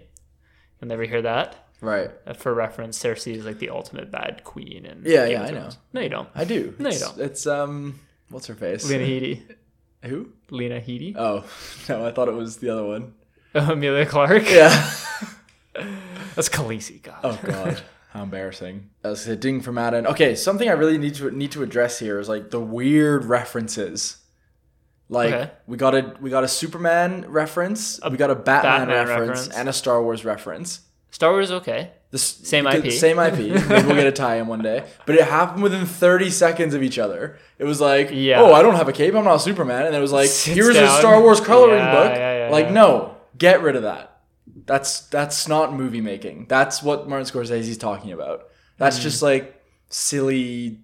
S2: you'll never hear that.
S1: Right.
S2: Uh, For reference, Cersei is like the ultimate bad queen, and
S1: Yeah, yeah, I know.
S2: No, you don't.
S1: I do.
S2: No, you
S1: It's-
S2: don't.
S1: It's um, what's her face?
S2: Lena Headey.
S1: Who?
S2: Lena Headey.
S1: Oh no, I thought it was the other one.
S2: Amelia Clark.
S1: Oh. Yeah.
S2: That's Khaleesi. God.
S1: oh god, how embarrassing. That's a ding for Madden. Okay, something I really need to need to address here is like the weird references. Like
S2: Okay.
S1: we got a we got a Superman reference, we got a Batman,
S2: Batman
S1: reference,
S2: reference.
S1: and a Star Wars reference.
S2: Star Wars. Okay.
S1: The s-
S2: Same
S1: because-
S2: IP.
S1: Same IP. Maybe we'll get a tie in one day. But it happened within 30 seconds of each other. It was like,
S2: Yeah.
S1: oh, I don't have a cape. I'm not Superman. And it was like,
S2: Sits
S1: here's a
S2: down.
S1: Star Wars coloring
S2: Yeah,
S1: book.
S2: yeah, yeah,
S1: like,
S2: yeah.
S1: no, get rid of that. That's that's not movie making. That's what Martin Scorsese's talking about. That's
S2: Mm.
S1: just like silly.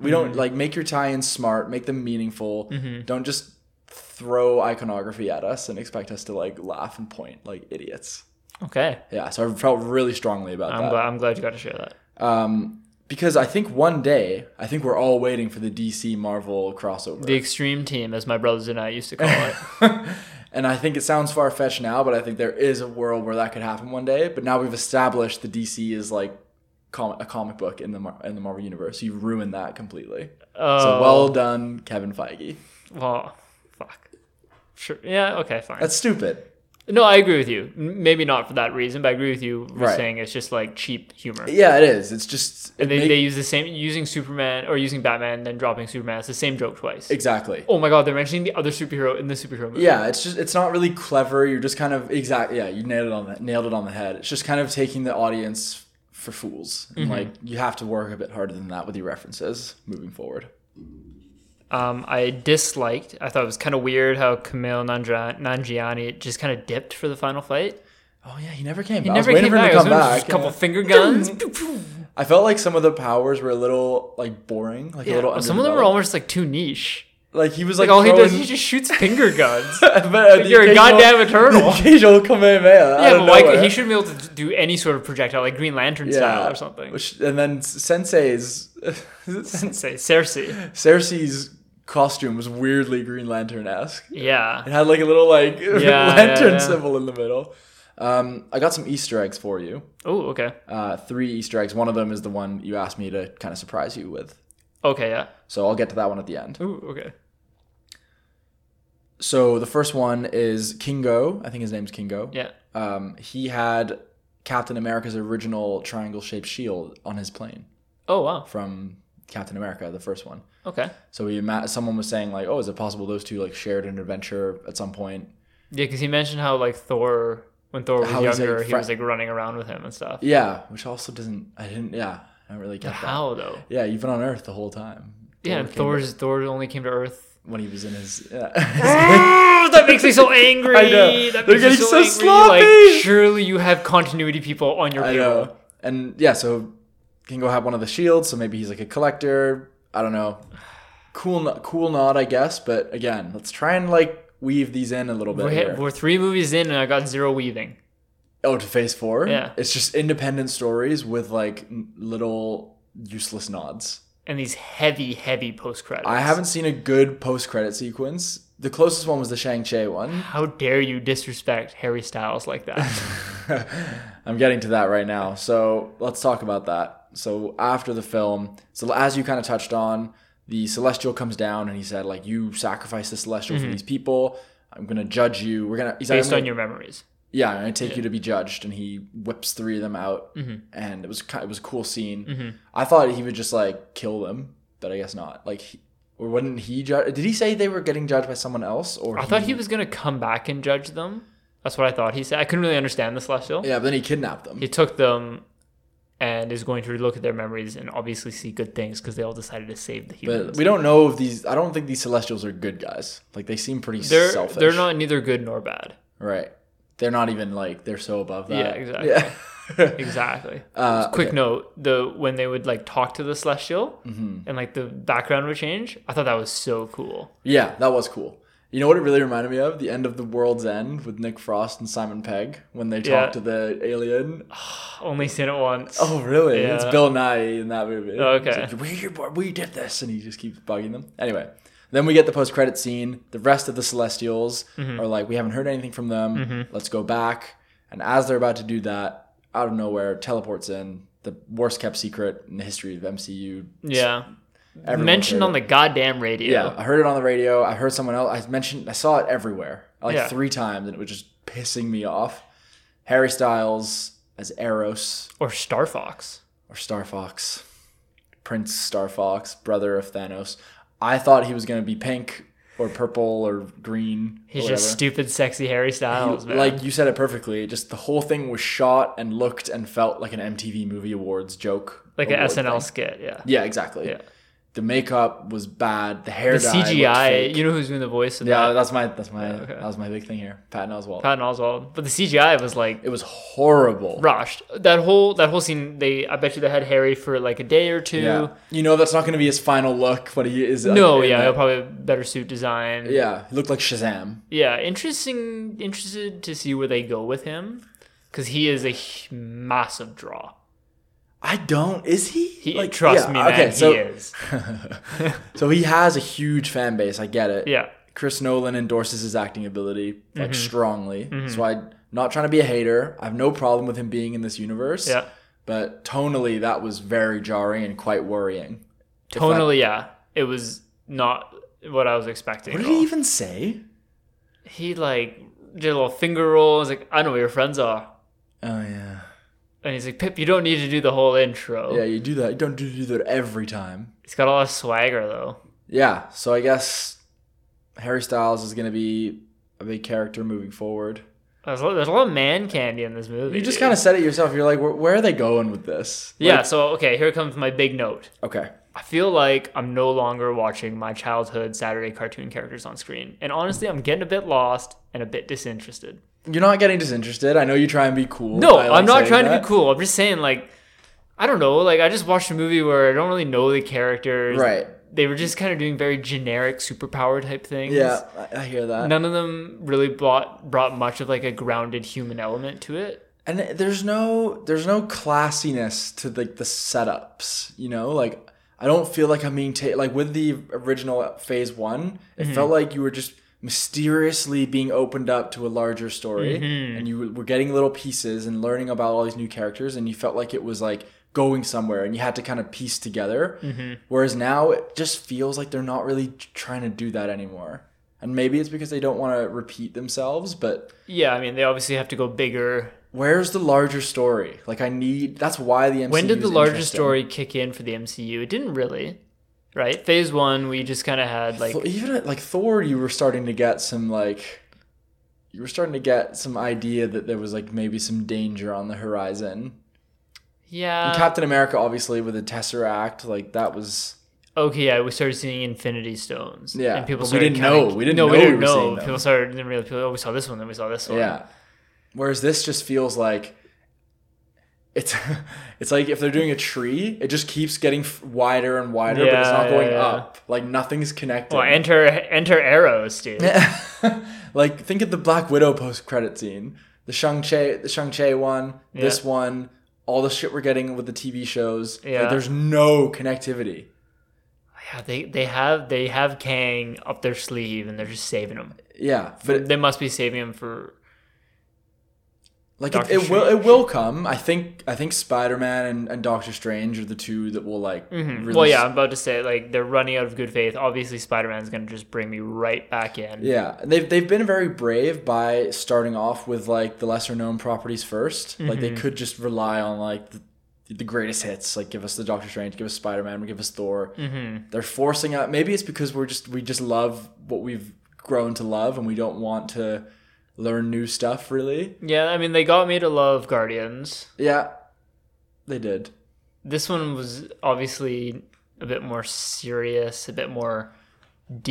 S1: We don't like make your tie-ins smart, make them meaningful.
S2: Mm-hmm.
S1: Don't just throw iconography at us and expect us to like laugh and point like idiots.
S2: Okay.
S1: Yeah, so I felt really strongly about
S2: I'm
S1: that
S2: glad. I'm glad you got to share that.
S1: um, because I think one day, I think we're all waiting for the DC Marvel crossover.
S2: The Extreme Team, as my brothers and I used to call it.
S1: and I think it sounds far fetched now, but I think there is a world where that could happen one day. But now we've established the DC is like com- a comic book in the Mar- in the Marvel universe. You ruined that completely.
S2: Oh,
S1: So well done, Kevin Feige.
S2: well, fuck. Sure. Yeah. Okay. Fine.
S1: That's stupid.
S2: no, I agree with you. M- Maybe not for that reason, but I agree with you for
S1: Right.
S2: saying it's just like cheap humor.
S1: Yeah, it is. It's just it
S2: And they,
S1: make-
S2: they use the same using Superman or using Batman, then dropping Superman. It's the same joke twice.
S1: exactly.
S2: oh my god, they're mentioning the other superhero in the superhero movie.
S1: Yeah, it's just it's not really clever. You're just kind of exact. Yeah, you nailed it on the nailed it on the head. It's just kind of taking the audience for fools. And
S2: Mm-hmm.
S1: Like you have to work a bit harder than that with your references moving forward.
S2: Um, I disliked. I thought it was kind of weird how Camille Nangia- Nangiani just kind of dipped for the final fight.
S1: Oh yeah, he never came.
S2: He
S1: back.
S2: never
S1: I was waiting
S2: came
S1: for him
S2: back.
S1: to come
S2: It was just
S1: back.
S2: a couple
S1: yeah.
S2: finger guns.
S1: I felt like some of the powers were a little like boring, like a little.
S2: Some of them
S1: underdeveloped.
S2: were almost like too niche.
S1: like he was like,
S2: Like, all he does, he
S1: throwing-
S2: just shoots finger guns.
S1: but the
S2: you're a
S1: occasional-
S2: goddamn eternal.
S1: The occasional Kamehameha.
S2: yeah,
S1: out
S2: but
S1: of
S2: like
S1: nowhere.
S2: he should be able to do any sort of projectile, like Green Lantern style or something.
S1: Which, and then Sensei's is it Sensei?
S2: Say Cersei.
S1: Cersei's costume was weirdly Green Lantern esque. It
S2: Yeah.
S1: had like a little like
S2: yeah,
S1: lantern
S2: yeah.
S1: symbol in the middle. Um, I got some Easter eggs for you.
S2: Oh, okay.
S1: Uh, three Easter eggs. One of them is the one you asked me to kind of surprise you with.
S2: Okay, yeah.
S1: So I'll get to that one at the end.
S2: Ooh, okay.
S1: So the first one is Kingo. I think his name's Kingo.
S2: Yeah.
S1: Um, he had Captain America's original triangle shaped shield on his plane
S2: Oh wow.
S1: from Captain America, the first one.
S2: Okay.
S1: So we ima- someone was saying like, oh, is it possible those two like shared an adventure at some point?
S2: Yeah, because he mentioned how like Thor, when Thor was
S1: How he's, like,
S2: younger, he
S1: fri-
S2: was like running around with him and stuff.
S1: Yeah, which also doesn't. I didn't. Yeah, I don't really get that.
S2: How though?
S1: Yeah, you've been on Earth the whole time.
S2: Yeah, and
S1: came
S2: Thor's Thor only came to Earth.
S1: when he was in his. Yeah.
S2: Oh, that makes me so angry.
S1: I know.
S2: That
S1: They're
S2: makes
S1: getting so
S2: me so, angry.
S1: sloppy.
S2: Like, surely you have continuity people on your
S1: I
S2: payroll.
S1: know. And yeah, so Kingo had one of the shields, so maybe he's like a collector. I don't know. Cool, no- cool nod, I guess. But again, let's try and like weave these in a little bit.
S2: We're, hit,
S1: Here.
S2: we're three movies in, and I got zero weaving.
S1: Oh, to phase four.
S2: Yeah.
S1: it's just independent stories with like n- little useless nods.
S2: and these heavy, heavy post credits.
S1: I haven't seen a good post-credit sequence. The closest one was the Shang Chi one.
S2: How dare you disrespect Harry Styles like that?
S1: I'm getting to that right now. So let's talk about that. So after the film, so as you kind of touched on, the celestial comes down and he said like you sacrificed the celestial for these people. I'm gonna judge you. We're gonna he's like, I'm
S2: Mm-hmm. based
S1: gonna-
S2: on your memories.
S1: yeah, I'm gonna take you to be judged, and he whips three of them out,
S2: Mm-hmm.
S1: and it was kind it was a cool scene. I thought he would just like kill them, but I guess not. Like, he, or wouldn't he judge? Did he say they were getting judged by someone else? Or
S2: I thought he was gonna come back and judge them. That's what I thought he said. I couldn't really understand the celestial.
S1: Yeah, but then he kidnapped them.
S2: He took them and is going to look at their memories and obviously see good things because they all decided to save the
S1: but
S2: humans.
S1: we don't know if these. I don't think these Celestials are good guys. Like they seem pretty
S2: they're
S1: selfish.
S2: they're not neither good nor bad.
S1: right. They're not even like they're so above that.
S2: Yeah, exactly.
S1: Yeah.
S2: Exactly.
S1: Uh,
S2: Quick note: the when they would like talk to the celestial
S1: Mm-hmm.
S2: and like the background would change. I thought that was so cool.
S1: Yeah, that was cool. You know what it really reminded me of? The end of The World's End with Nick Frost and Simon Pegg when they talk
S2: Yeah.
S1: to the alien.
S2: Only seen it once.
S1: Oh, really? It's
S2: Yeah.
S1: Bill Nye in that movie.
S2: Oh, okay.
S1: He's like, we, we did this. And he just keeps bugging them. Anyway, then we get the post credit scene. The rest of the Celestials
S2: Mm-hmm.
S1: are like, we haven't heard anything from them. Let's go back. And as they're about to do that, out of nowhere, teleports in the worst kept secret in the history of MCU.
S2: yeah.
S1: Everyone's
S2: Mentioned
S1: heard
S2: on the goddamn radio.
S1: Yeah, I heard it on the radio. I heard someone else. I mentioned. I saw it everywhere, like
S2: Yeah.
S1: three times, and it was just pissing me off. Harry Styles as Eros
S2: Or Star Fox.
S1: or Star Fox, Prince Star Fox, brother of Thanos. I thought he was gonna be pink or purple or green. or
S2: He's just
S1: whatever.
S2: stupid, sexy Harry Styles, man.
S1: Like you said it perfectly. Just the whole thing was shot and looked and felt like an MTV Movie Awards joke.
S2: like an
S1: award
S2: SNL
S1: thing.
S2: skit. Yeah.
S1: Yeah, exactly.
S2: Yeah.
S1: The makeup was bad. The hair
S2: The
S1: dye looked fake.
S2: CGI. You know who's doing the voice of
S1: Yeah,
S2: that?
S1: that's my that's my
S2: okay.
S1: that was my big thing here. Patton Oswalt.
S2: Patton Oswald. But the CGI was like
S1: it was horrible.
S2: rushed. That whole that whole scene. They I bet you they had Harry for like a day or two.
S1: Yeah. You know that's not going to be his final look, but he is. like,
S2: No,
S1: in
S2: yeah,
S1: that-
S2: he'll probably have better suit design.
S1: yeah. He looked like Shazam.
S2: Yeah, interesting. Interested to see where they go with him, because he is a h- massive draw.
S1: I don't. Is he?
S2: He, trust
S1: yeah,
S2: me, man,
S1: so
S2: he is.
S1: so he has a huge fan base. I get it.
S2: Yeah, Mm-hmm.
S1: Chris Nolan endorses his acting ability like strongly. So I not trying to be a hater. I have no problem with him being in this universe.
S2: yeah.
S1: But tonally, that was very jarring and quite worrying. If I-
S2: Tonally, yeah, it was not what I was expecting.
S1: What
S2: at
S1: did he
S2: all.
S1: even say?
S2: He like did a little finger roll. I was like, I know where your friends are,
S1: Oh yeah.
S2: and he's like, Pip, you don't need to do the whole intro.
S1: Yeah, you do that. You don't do, do that every time.
S2: He's got a lot of swagger though.
S1: Yeah, so I guess Harry Styles is going to be a big character moving forward.
S2: There's a, lot, there's a lot of man candy in this movie.
S1: You just
S2: dude.
S1: kind of said it yourself. You're like, where, where are they going with this? Like-
S2: yeah. So okay, here comes my big note.
S1: Okay.
S2: I feel like I'm no longer watching my childhood Saturday cartoon characters on screen. And honestly, I'm getting a bit lost and a bit disinterested.
S1: You're not getting disinterested. I know you try and be cool.
S2: No,
S1: by, like,
S2: I'm not
S1: saying
S2: trying to
S1: that.
S2: be cool. I'm just saying, like, I don't know. Like, I just watched a movie where I don't really know the characters.
S1: Right.
S2: They were just kind of doing very generic superpower type things.
S1: Yeah, I, I hear that.
S2: None of them really brought, brought much of like a grounded human element to it.
S1: And there's no there's no classiness to like the setups, you know? Like I don't feel like I'm being ta- like with the original phase 1, it felt like you were just mysteriously being opened up to a larger story and you were getting little pieces and learning about all these new characters and you felt like it was like going somewhere and you had to kind of piece together. Whereas now it just feels like they're not really trying to do that anymore. And maybe it's because they don't want to repeat themselves, but
S2: Yeah, I mean, they obviously have to go bigger.
S1: Where's the larger story? Like I need. That's why the MCU.
S2: When did the
S1: is
S2: larger
S1: interesting.
S2: story kick in for the MCU? It didn't really. Right? Phase one, we just kind of had like.
S1: Th- even at, like Thor, you were starting to get some like, you were starting to get some idea that there was like maybe some danger on the horizon.
S2: Yeah.
S1: And Captain America, obviously, with the Tesseract, like that was.
S2: okay, yeah, we started seeing Infinity Stones.
S1: Yeah,
S2: and people
S1: but we
S2: started
S1: didn't
S2: kinda-
S1: know. We didn't
S2: no,
S1: know
S2: We didn't
S1: we were seeing
S2: know.
S1: them.
S2: People started didn't really. People, oh, we saw this one, then we saw this one.
S1: Yeah. Whereas this just feels like it's it's like if they're doing a tree, it just keeps getting f- wider and wider, but it's
S2: Yeah,
S1: not
S2: yeah,
S1: going
S2: yeah.
S1: up. Like nothing's connected.
S2: Well, enter enter arrows, dude.
S1: like think of the Black Widow post credit scene, the Shang Chi, the Shang Chi one, this one, all the shit we're getting with the TV shows. Like,
S2: Yeah.
S1: there's no connectivity.
S2: Yeah, they they have they have Kang up their sleeve, and they're just saving him.
S1: Yeah, but
S2: They must be saving him for
S1: Like it,
S2: Doctor
S1: it will
S2: Strange.
S1: it will come. I think I think Spider Man and, and Doctor Strange are the two that will like really
S2: Mm-hmm. well,
S1: s-
S2: yeah, I'm about to say like they're running out of good faith. Obviously, Spider Man's gonna just bring me right back in.
S1: Yeah, and they've they've been very brave by starting off with like the lesser known properties 1st Like they could just rely on like the, the greatest hits, like give us the Doctor Strange, give us Spider Man, give us Thor. Mm-hmm. They're forcing out. Maybe it's because we're just we just love what we've grown to love, and we don't want to learn new stuff. Really,
S2: Yeah, I mean they got me to love Guardians.
S1: yeah, they did.
S2: This one was obviously a bit more serious, a bit more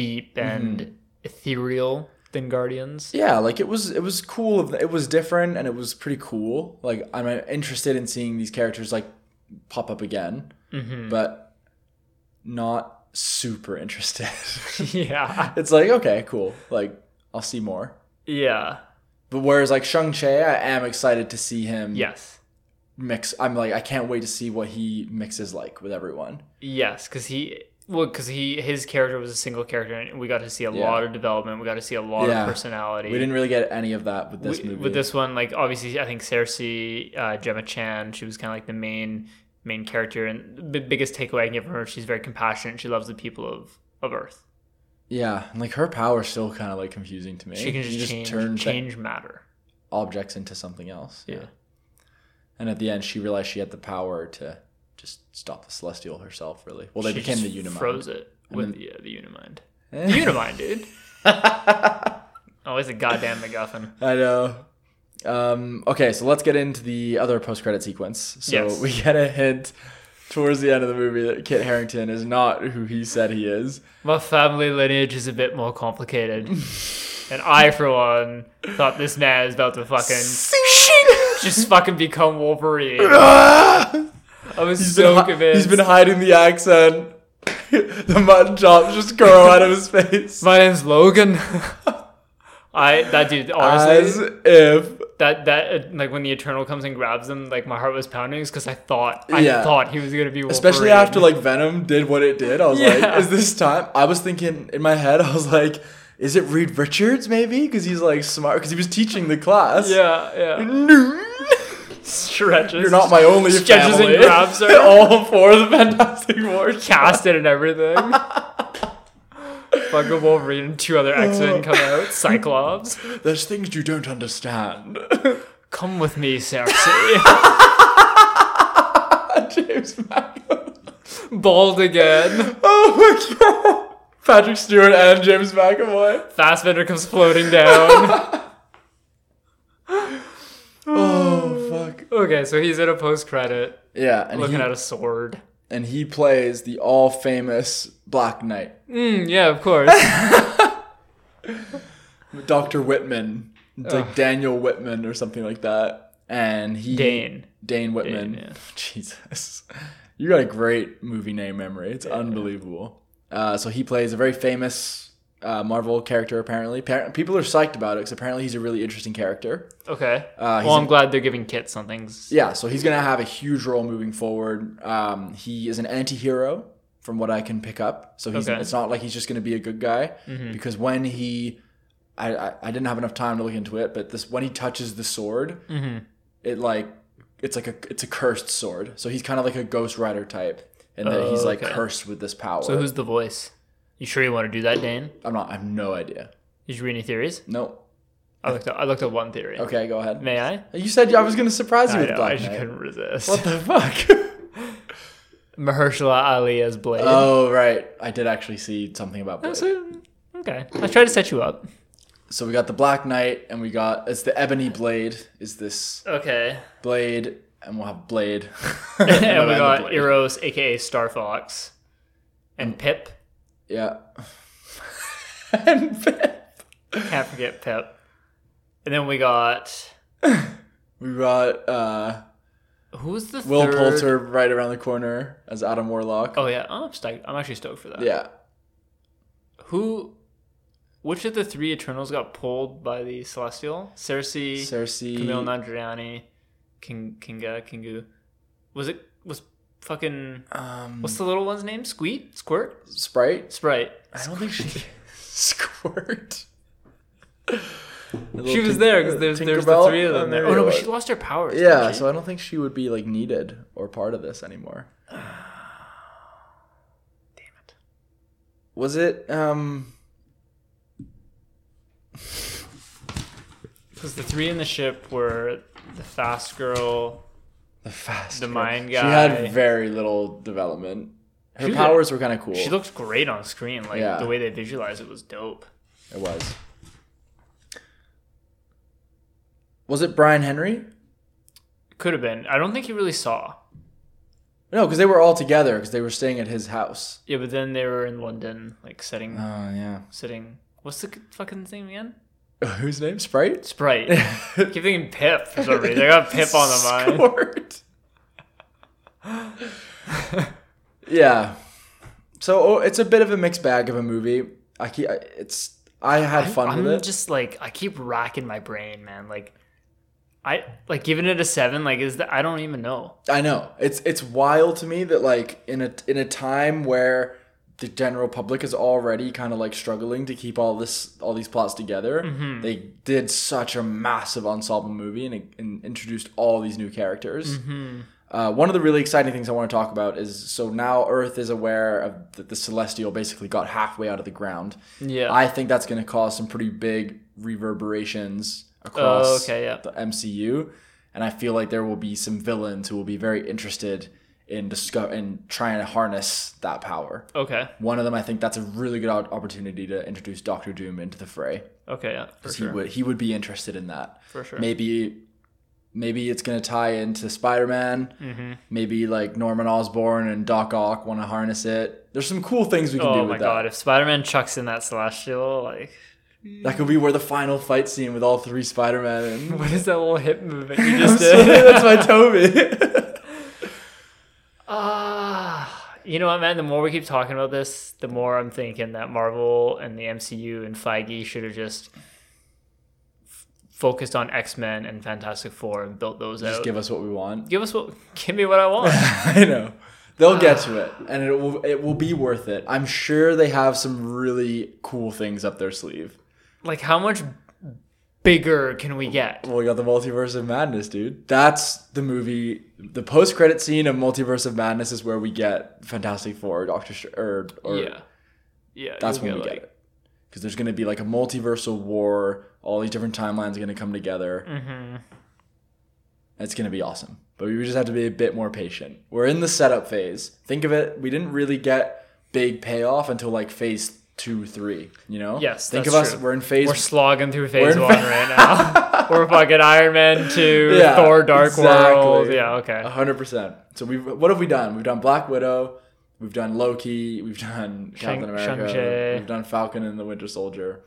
S2: deep
S1: Mm-hmm.
S2: and ethereal than Guardians.
S1: Yeah, like it was it was cool. of- It was different, and it was pretty cool. Like I'm interested in seeing these characters like pop up again,
S2: Hmm.
S1: but not super interested.
S2: yeah,
S1: it's like okay, cool. Like I'll see more.
S2: yeah,
S1: But whereas like Shang Chi, I am excited to see him
S2: yes,
S1: mix. I'm like I can't wait to see what he mixes like with everyone.
S2: yes, because he. Well, because he his character was a single character, and we got to see a
S1: Yeah.
S2: lot of development. We got to see a lot
S1: Yeah.
S2: of personality.
S1: We didn't really get any of that with this
S2: Wi-
S1: movie.
S2: With this one, like obviously, I think Cersei, uh, Gemma Chan, she was kind of like the main main character, and the biggest takeaway I can get from her, she's very compassionate. She loves the people of of Earth.
S1: yeah, and like her power's still kind of like confusing to me.
S2: She can just,
S1: you
S2: change
S1: turn thi-
S2: change matter.
S1: objects into something else.
S2: Yeah.
S1: And at the end, she realized she had the power to just stop the Celestial herself, really. Well, they
S2: She
S1: became
S2: just
S1: the Unimind.
S2: Froze it with
S1: then-
S2: yeah, the Unimind.
S1: Eh.
S2: The Unimind, dude. Always a goddamn MacGuffin.
S1: I know. Um, okay, so let's get into the other post credit sequence. So
S2: Yes.
S1: we get a hint towards the end of the movie that Kit Harrington is not who he said he is.
S2: My family lineage is a bit more complicated, and I, for one, thought this man is about to fucking just fucking become Wolverine.
S1: Ah!
S2: I was
S1: He's
S2: so
S1: been hi-
S2: convinced.
S1: He's been hiding the accent. the mutton chops just grow out of his face.
S2: My name's Logan. I that dude
S1: As
S2: honestly
S1: if
S2: that that uh, like when the Eternal comes and grabs him like my heart was pounding because I thought I
S1: Yeah.
S2: thought he was gonna be Wolverine.
S1: Especially after like Venom did what it did, I was like,
S2: Yeah.
S1: "Is this time?" I was thinking in my head, I was like, "Is it Reed Richards maybe?" Because he's like smart, because he was teaching the class.
S2: yeah yeah
S1: No,
S2: stretches
S1: you're not my only
S2: stretches
S1: family.
S2: and grabs her
S1: All four of the Fantastic Four.
S2: cast it and everything. Fucking Wolverine and two other X Men come out. Cyclops,
S1: There's things you don't understand.
S2: come with me, Cersei.
S1: James Mangold.
S2: Bald again.
S1: Oh my god. Patrick Stewart and James McAvoy.
S2: Fastbender comes floating down.
S1: Oh fuck.
S2: Okay, so he's at a post credit
S1: Yeah, and
S2: looking
S1: he,
S2: at a sword.
S1: and he plays the all famous Black Knight.
S2: Mm, yeah, of course.
S1: Dr. Whitman, it's like Daniel Whitman or something like that. And he
S2: Dane.
S1: Dane Whitman.
S2: Dane, yeah.
S1: Jesus. You got a great movie name memory. It's unbelievable. Uh, so he plays a very famous uh, Marvel character apparently. Par- people are psyched about it cuz apparently he's a really interesting character.
S2: Okay.
S1: Uh, he's
S2: well, I'm glad they're giving Kit something.
S1: Yeah, so he's going to have a huge role moving forward. Um, he is an anti-hero from what I can pick up. So he's
S2: Okay. Mm-hmm.
S1: it's not like he's just going to be a good guy because when he I, I I didn't have enough time to look into it, but this when he touches the sword,
S2: Mm-hmm.
S1: it like it's like a it's a cursed sword. So he's kind of like a ghost rider type and that he's like
S2: Oh, Okay.
S1: cursed with this power.
S2: So who's the voice? You sure you want to do that, Dane?
S1: I'm not I have no idea.
S2: Did you read any theories?
S1: No.
S2: I looked up, I looked up one theory.
S1: Okay, go ahead.
S2: May I?
S1: You said I was going to surprise you
S2: I,
S1: with
S2: know, I
S1: Black
S2: just
S1: Knight.
S2: couldn't resist.
S1: What the fuck?
S2: Mahershala Ali as Blade.
S1: oh, right. I did actually see something about Blade.
S2: So- okay. I tried to set you up.
S1: So we got the Black Knight, and we got it's the Ebony Blade. Is this
S2: Okay.
S1: blade? And we'll have blade.
S2: and
S1: then
S2: we
S1: the
S2: got
S1: blade.
S2: Eros, aka Star Fox, and Pip.
S1: Yeah. and
S2: Can't forget Pip. And then we got
S1: we got uh,
S2: who's the
S1: Will
S2: third?
S1: Poulter right around the corner as Adam Warlock.
S2: Oh yeah, I'm stoked. I'm actually stoked for that.
S1: Yeah.
S2: Who? Which of the three Eternals got pulled by the Celestial? Cersei,
S1: Cersei.
S2: Camille Nanjiani, King Kinga, Kingu. Was it was fucking
S1: um,
S2: what's the little one's name? Squeak, Squirt,
S1: Sprite.
S2: Sprite.
S1: I don't think she. Squirt.
S2: She was there because there's, there's the three of them there. Oh no, but she lost her powers. didn't
S1: Yeah,
S2: she?
S1: so I don't think she would be like needed or part of this anymore. Damn
S2: it.
S1: Was it um
S2: Because the three in the ship were the fast girl.
S1: the fast
S2: The
S1: girl?
S2: mind
S1: She
S2: guy.
S1: had very little development. Her
S2: She
S1: powers were kind of cool.
S2: She looked great on screen. Like
S1: Yeah.
S2: the way they visualized it was dope.
S1: it was. Was it Brian Henry?
S2: Could have been. I don't think he really saw.
S1: No, because they were all together because they were staying at his house.
S2: Yeah, but then they were in London, like setting,
S1: Oh yeah.
S2: setting. What's the c- fucking thing again?
S1: Whose name? Sprite.
S2: Sprite. Keep thinking Pip for some reason. I got Pip on the mind.
S1: Squirt. yeah. So oh, it's a bit of a mixed bag of a movie. I keep, I- it's I had fun
S2: I'm
S1: with it.
S2: just like I keep racking my brain, man. Like I like giving it a seven. Like is that I don't even know.
S1: I know it's it's wild to me that like in a in a time where the general public is already kind of like struggling to keep all this all these plots together, they did such a massive ensemble movie and, and introduced all these new characters. Uh, one of the really exciting things I want to talk about is so now Earth is aware of that the Celestial basically got halfway out of the ground.
S2: Yeah.
S1: I think that's going to cause some pretty big reverberations across
S2: Oh, okay, yeah.
S1: the MCU, and I feel like there will be some villains who will be very interested in disco- in trying to harness that power.
S2: Okay.
S1: One of them, I think, that's a really good o- opportunity to introduce Doctor Doom into the fray
S2: Okay. Yeah. For
S1: 'cause
S2: sure.
S1: he would he would be interested in that.
S2: For sure.
S1: Maybe maybe it's going to tie into Spider-Man.
S2: Mm-hmm.
S1: Maybe like Norman Osborn and Doc Ock want to harness it. There's some cool things we can do
S2: Oh
S1: with
S2: my
S1: that.
S2: god! If Spider Man chucks in that celestial, like
S1: That could be where the final fight scene with all three Spider-Man and
S2: what is that little hip movement you
S1: I'm
S2: just
S1: sorry,
S2: did?
S1: that's my Toby.
S2: Ah, you know what, man? The more we keep talking about this, the more I'm thinking that Marvel and the MCU and Feige should have just f- focused on X Men and Fantastic Four and built those
S1: Just
S2: out.
S1: give us what we want.
S2: give us what give me what I want.
S1: I know. They'll get to it, and it will it will be worth it. I'm sure they have some really cool things up their sleeve.
S2: like how much bigger can we get?
S1: Well, we got the Multiverse of Madness, dude. That's the movie. The post credit scene of Multiverse of Madness is where we get Fantastic Four, Doctor, Str- or, or
S2: yeah. Yeah.
S1: That's
S2: you'll
S1: when we
S2: like-
S1: get it. Because there's going to be like a multiversal war. All these different timelines are going to come together. Mm-hmm. It's going to be awesome. But we just have to be a bit more patient. We're in the setup phase. Think of it, we didn't really get big payoff until like phase two, three, you know?
S2: Yes,
S1: Think
S2: that's
S1: of us,
S2: true.
S1: we're in phase
S2: We're slogging through phase
S1: in
S2: one right now. We're fucking Iron Man 2,
S1: Yeah,
S2: Thor Dark
S1: exactly. Uh,
S2: World. Yeah, okay.
S1: 100%. So we've, what have we done? We've done Black Widow. We've done Loki. We've done
S2: Shang-
S1: Captain America.
S2: Shang-Chi.
S1: We've done Falcon and the Winter Soldier.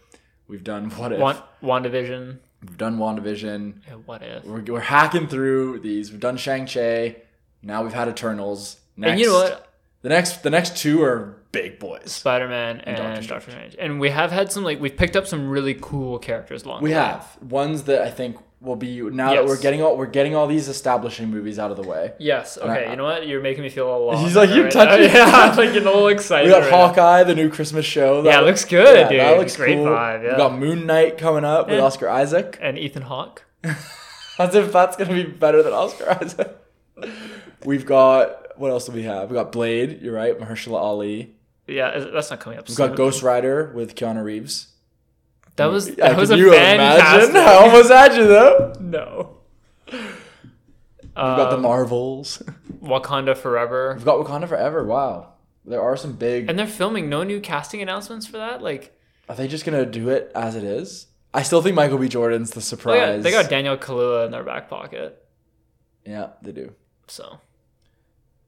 S1: We've done What If.
S2: One, WandaVision.
S1: We've done WandaVision.
S2: Yeah, what if?
S1: We're, we're hacking through these. We've done Shang Chi. Now we've had Eternals. Next,
S2: And you know what?
S1: The next, the next two are big boys.
S2: Spider Man and,
S1: Doctor
S2: Doctor Strange. And we have had some, like, we've picked up some really cool characters along
S1: We
S2: the way.
S1: have ones that I think will be now that
S2: Yes.
S1: we're getting all we're getting all these establishing movies out of the way.
S2: Yes, okay.
S1: I-
S2: you know what? You're making me feel a lot.
S1: He's like,
S2: better
S1: "You
S2: now."
S1: touched it."
S2: Yeah, I'm like getting a little
S1: We
S2: excited.
S1: got
S2: right now.
S1: Hawkeye, the new Christmas show.
S2: Yeah, it looks good, dude.
S1: That looks
S2: Great
S1: cool.
S2: vibe, yeah.
S1: We got Moon Knight coming up with
S2: Yeah.
S1: Oscar Isaac.
S2: And Ethan Hawke.
S1: As if that's gonna be better than Oscar Isaac. We've got what else do we have? We got Blade. You're right, Mahershala Ali.
S2: Yeah, that's not coming up.
S1: We've got Ghost Rider with Keanu Reeves.
S2: That was that
S1: Yeah,
S2: was
S1: can
S2: a
S1: you
S2: fantastic.
S1: imagine? I almost had you though.
S2: No.
S1: We've got the
S2: Um,
S1: Marvels.
S2: Wakanda Forever,
S1: We've got Wakanda Forever. Wow, there are some big.
S2: and they're filming no new casting announcements for that. Like,
S1: are they just gonna do it as it is? I still think Michael B. Jordan's the
S2: they
S1: surprise.
S2: got, Oh, they got Daniel Kaluuya in their back pocket,
S1: yeah, they do.
S2: so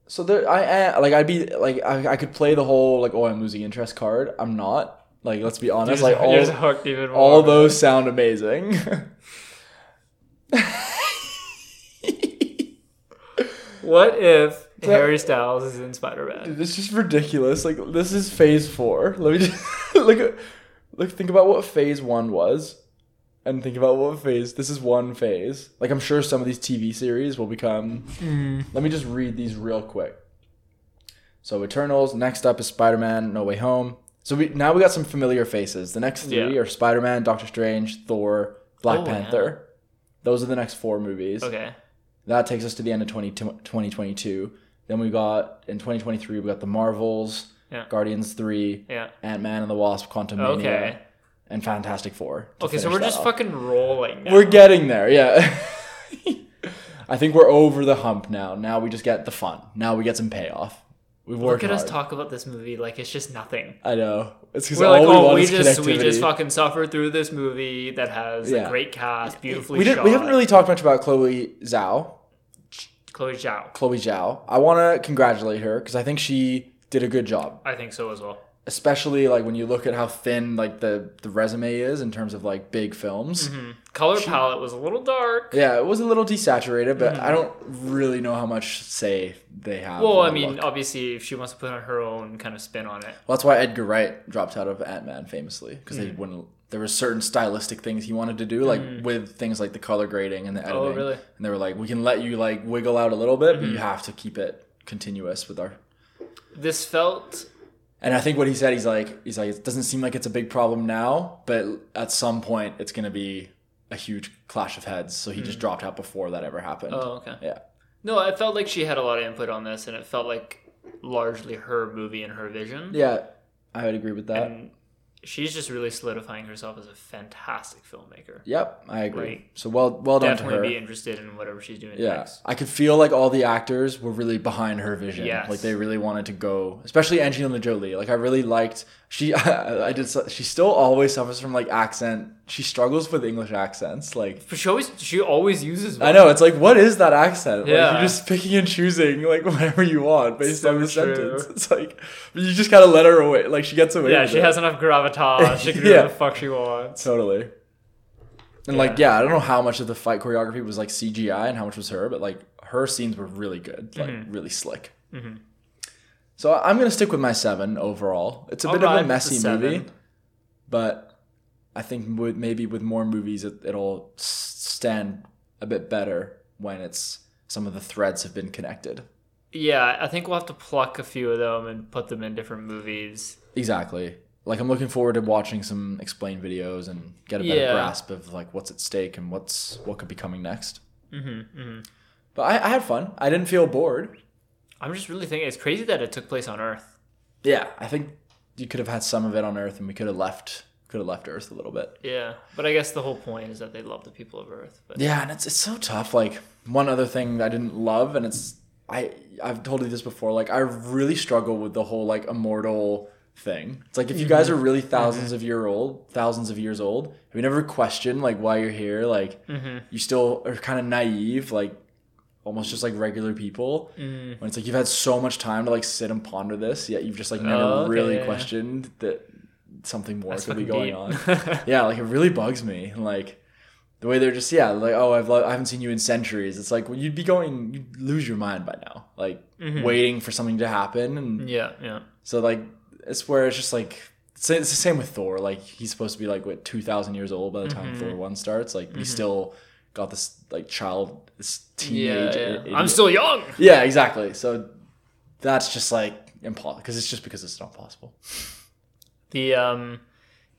S1: So there, I, I like I'd be like I, I could play the whole like oh I'm losing interest card. I'm not. Like let's be honest.
S2: You're
S1: Like
S2: just- you're just
S1: all
S2: hooked even more.
S1: all those sound amazing.
S2: What if Harry Styles is in Spider Man?
S1: This is ridiculous. Like this is phase four. Let me just look at look think about what phase one was. And think about what phase this is one phase. Like I'm sure some of these TV series will become
S2: Hmm.
S1: Let me just read these real quick. So Eternals, next up is Spider Man, No Way Home. So we now we got some familiar faces. The next three
S2: Yeah.
S1: are Spider Man, Doctor Strange, Thor, Black
S2: Oh, yeah.
S1: Panther. Those are the next four movies.
S2: Okay.
S1: That takes us to the end of 20, 2022. Then we got in 2023 we got the Marvels,
S2: Yeah.
S1: Guardians 3,
S2: Yeah.
S1: Ant Man and the Wasp, Quantum
S2: Okay.
S1: and Fantastic Four. to
S2: Okay, so
S1: finish
S2: we're
S1: that
S2: just
S1: off.
S2: fucking rolling. now.
S1: We're getting there, yeah. I think we're over the hump now. Now we just get the fun. Now we get some payoff. We've
S2: Look
S1: worked
S2: at us
S1: hard.
S2: talk about this movie like it's just nothing.
S1: I know. It's because
S2: We're
S1: all
S2: like,
S1: we
S2: oh,
S1: want
S2: we
S1: is
S2: just
S1: connectivity.
S2: we just fucking suffered through this movie that has
S1: Yeah.
S2: a great cast, beautifully
S1: we, didn't,
S2: shot.
S1: we haven't really talked much about Chloe Zhao.
S2: Chloe Zhao.
S1: Chloe Zhao. I want to congratulate her because I think she did a good job,
S2: I think so as well.
S1: especially like when you look at how thin like the the resume is in terms of like big films.
S2: Mm-hmm. Hmm. Color palette was a little dark.
S1: Yeah, it was a little desaturated, but I don't really know how much say they have.
S2: Mm-hmm. Well,
S1: in
S2: I
S1: the
S2: mean,
S1: look.
S2: obviously, if she wants to put on her own kind of spin on it,
S1: Well, that's why Edgar Wright dropped out of Ant Man famously because
S2: Mm.
S1: they wouldn't. There were certain stylistic things he wanted to do, like with things like the color grading and the editing.
S2: Oh, really? Mm-hmm.
S1: And they were like, "We can let you like wiggle out a little bit, but you have to keep it continuous with our."
S2: this felt
S1: And I think what he said, he's like, he's like, it doesn't seem like it's a big problem now, but at some point, it's going to be a huge clash of heads. So he just dropped out before that ever happened.
S2: Hmm. oh okay.
S1: Yeah.
S2: No, I felt like she had a lot of input on this, and it felt like largely her movie and her vision.
S1: Yeah, I would agree with that.
S2: And she's just really solidifying herself as a fantastic filmmaker.
S1: yep, I agree.
S2: Like,
S1: so well, well done to her.
S2: Definitely be interested in whatever she's doing
S1: Yeah,
S2: next.
S1: I could feel like all the actors were really behind her vision.
S2: Yes.
S1: Like they really wanted to go, especially Angelina Jolie. Like I really liked she. I did. so- She still always suffers from like accent. She struggles with English accents. Like
S2: But she always she always uses
S1: I know it's like what is that accent? Like
S2: Yeah.
S1: you're just picking and choosing like whatever you want based
S2: So
S1: on the
S2: true.
S1: sentence. It's like you just gotta let her away. Like she gets away.
S2: Yeah,
S1: with
S2: she
S1: it.
S2: has enough gravitas. She can do
S1: Yeah.
S2: whatever the fuck she wants.
S1: Totally. And like, yeah, I don't know how much of the fight choreography was like CGI and how much was her, but like her scenes were really good, like
S2: Mm-hmm.
S1: really slick. So I- I'm gonna stick with my seven overall. It's a
S2: I'll
S1: bit of
S2: ride
S1: a
S2: with the
S1: messy
S2: seven.
S1: movie, but I think with, maybe with more movies, it, it'll s- stand a bit better when it's some of the threads have been connected.
S2: Yeah, I think we'll have to pluck a few of them and put them in different movies.
S1: Exactly. Like I'm looking forward to watching some explain videos and get a better
S2: Yeah.
S1: grasp of like what's at stake and what's what could be coming next. But I, I had fun. I didn't feel bored.
S2: I'm just really thinking it's crazy that it took place on Earth.
S1: Yeah, I think you could have had some of it on Earth, and we could have left could have left Earth a little bit.
S2: Yeah, but I guess the whole point is that they love the people of Earth. But
S1: Yeah, and it's it's so tough. Like one other thing I didn't love, and it's I I've told you this before. Like I really struggle with the whole like immortal thing. It's like if you
S2: Mm-hmm.
S1: guys are really 1000s of year old, thousands of years old, have you never questioned like why you're here? Like
S2: Mm-hmm.
S1: you still are kind of naive, like almost just like regular people.
S2: Mm.
S1: When it's like you've had so much time to like sit and ponder this, yet you've just like never
S2: Oh, okay,
S1: really
S2: yeah, yeah.
S1: questioned that something more
S2: That's
S1: could be going
S2: fucking
S1: on
S2: deep.
S1: yeah, like it really bugs me. And, Like the way they're just yeah, like oh, I've lo- I haven't seen you in centuries. It's like well, you'd be going, you'd lose your mind by now. Like
S2: Mm-hmm.
S1: waiting for something to happen, and
S2: yeah, yeah.
S1: so like it's where it's just like it's, it's the same with Thor. Like he's supposed to be like what two thousand years old by the time
S2: Mm-hmm.
S1: Thor one starts. Like he still got this like child, this
S2: Yeah,
S1: teenage. i-
S2: yeah.
S1: idiot.
S2: I'm still young.
S1: yeah, exactly. So that's just like impossible because it's just because it's not possible.
S2: The um,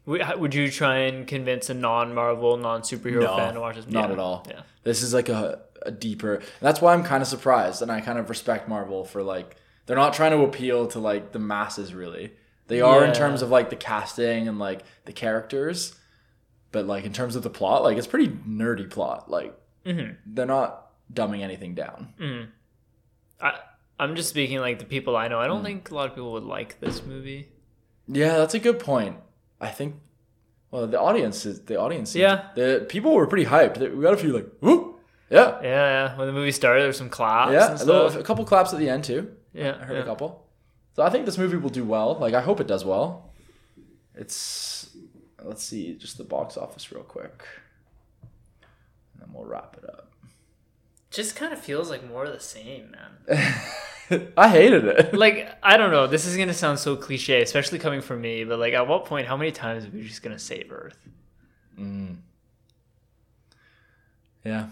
S2: w- h- would you try and convince a non-Marvel, non-superhero
S1: No,
S2: fan to watch this?
S1: not
S2: Yeah,
S1: at all.
S2: Yeah.
S1: This is like a, a deeper. That's why I'm kind of surprised, and I kind of respect Marvel for like they're not trying to appeal to like the masses really. They are in
S2: Yeah.
S1: terms of like the casting and like the characters, but like in terms of the plot, like it's pretty nerdy plot. Like
S2: Mm-hmm.
S1: they're not dumbing anything down.
S2: Mm. I, I'm just speaking like the people I know. I
S1: Hmm.
S2: don't think a lot of people would like this movie.
S1: Yeah, that's a good point. I think. Well, the audience is the audience. seems-
S2: Yeah.
S1: the people were pretty hyped. We got a few like, whoop, yeah,
S2: Yeah, yeah. When the movie started, there was some claps
S1: yeah,
S2: and
S1: a, little-
S2: stuff.
S1: a couple claps at the end too.
S2: yeah,
S1: I heard
S2: yeah.
S1: a couple. So I think this movie will do well. Like I hope it does well. It's let's see, just the box office real quick. And then we'll wrap it up.
S2: Just kind of feels like more of the same, man.
S1: I hated it.
S2: like I don't know. This is gonna sound so cliche, especially coming from me. But like, at what point? How many times are we just gonna save Earth?
S1: Yeah.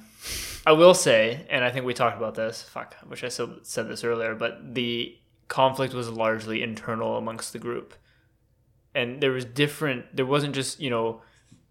S2: I will say, and I think we talked about this. Fuck, I wish I still said this earlier, but the conflict was largely internal amongst the group, and there was different. There wasn't just you know,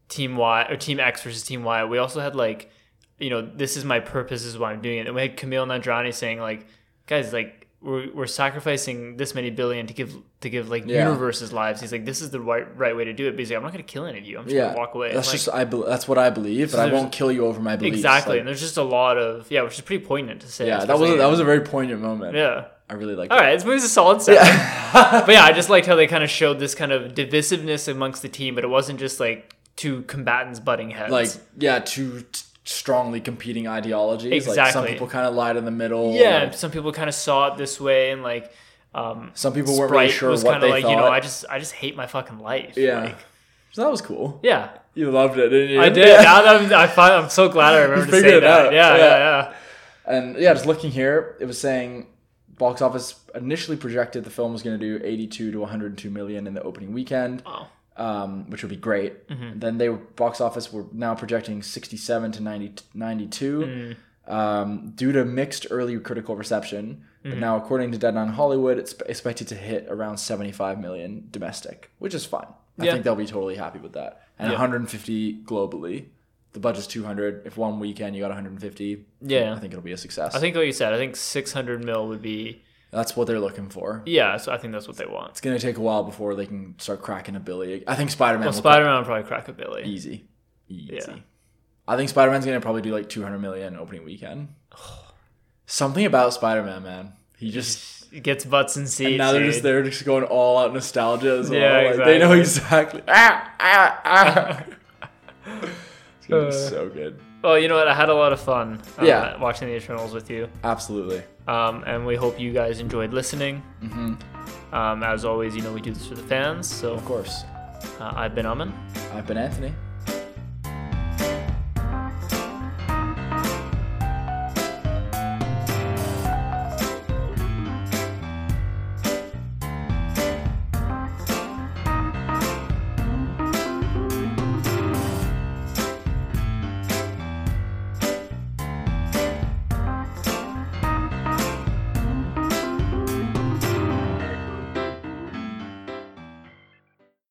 S2: Team Y or Team X versus Team Y. We also had like, you know, this is my purpose, this is why I'm doing it. And we had Camille Nandrani saying like, guys, like we're, we're sacrificing this many billion to give to give like
S1: Yeah.
S2: universes lives. He's like, this is the right right way to do it. But he's like, I'm not gonna kill any of you. I'm just
S1: yeah,
S2: gonna walk away.
S1: That's
S2: And, like,
S1: just I. Be- that's what I believe, but I
S2: there's-
S1: won't kill you over my beliefs.
S2: exactly.
S1: Like,
S2: and there's just a lot of yeah, which is pretty poignant to say.
S1: yeah, that was a,
S2: especially-
S1: that was a very poignant moment.
S2: yeah.
S1: I really like.
S2: All right, this movie's a solid seven. but yeah, I just liked how they kind of showed this kind of divisiveness amongst the team, but it wasn't just like two combatants butting heads.
S1: like yeah, two t- strongly competing ideologies. Like some
S2: Exactly.
S1: people kind of lied in the middle.
S2: yeah,
S1: like,
S2: some people kind of saw it this way, and like um,
S1: some people weren't really
S2: Sprite
S1: sure
S2: was
S1: what
S2: kinda
S1: they
S2: like,
S1: thought.
S2: You know, I just I just hate my fucking life.
S1: yeah,
S2: like,
S1: so that was cool.
S2: yeah,
S1: You loved it, didn't you?
S2: I did. Now that I'm, I find, I'm so glad I remembered to
S1: figured
S2: say
S1: it
S2: that.
S1: out. Yeah.
S2: Yeah, yeah, yeah,
S1: And yeah, just looking here, it was saying box office initially projected the film was going to do 82 to 102 million in the opening weekend,
S2: Wow. Mm-hmm.
S1: um, which would be great. Then they were, box office were now projecting 67 to 90, 92
S2: Mm.
S1: um, due to mixed early critical reception.
S2: Mm-hmm.
S1: But now, according to Deadline Hollywood, it's expected to hit around 75 million domestic, which is fine. I
S2: Yeah.
S1: think they'll be totally happy with that. And 150 globally. The budget's 200. If one weekend you got 150,
S2: Yeah.
S1: I think it'll be a success.
S2: I think like you said, I think 600 mil would be
S1: That's what they're looking for. It's
S2: yeah. So I think that's what they want.
S1: gonna take a while before they can start cracking a Billy. I think Spider Man
S2: Well,
S1: will
S2: Spider Man probably crack a Billy.
S1: crack easy, easy.
S2: Yeah.
S1: I think Spider Man's gonna probably do like 200 million opening weekend. Something about Spider Man, man. He just
S2: It gets butts and seats.
S1: and now they're
S2: dude.
S1: just they're just going all out nostalgia as well.
S2: Yeah,
S1: Like, They know exactly. Ah, ah, ah. it's gonna be so good.
S2: Well, you know what? I had a lot of fun. Uh,
S1: Yeah.
S2: watching the Eternals with you,
S1: Absolutely.
S2: um, and we hope you guys enjoyed listening. Mm-hmm. Um, as always, you know we do this for the fans. So
S1: Of course.
S2: uh, I've been Amin.
S1: I've been Anthony.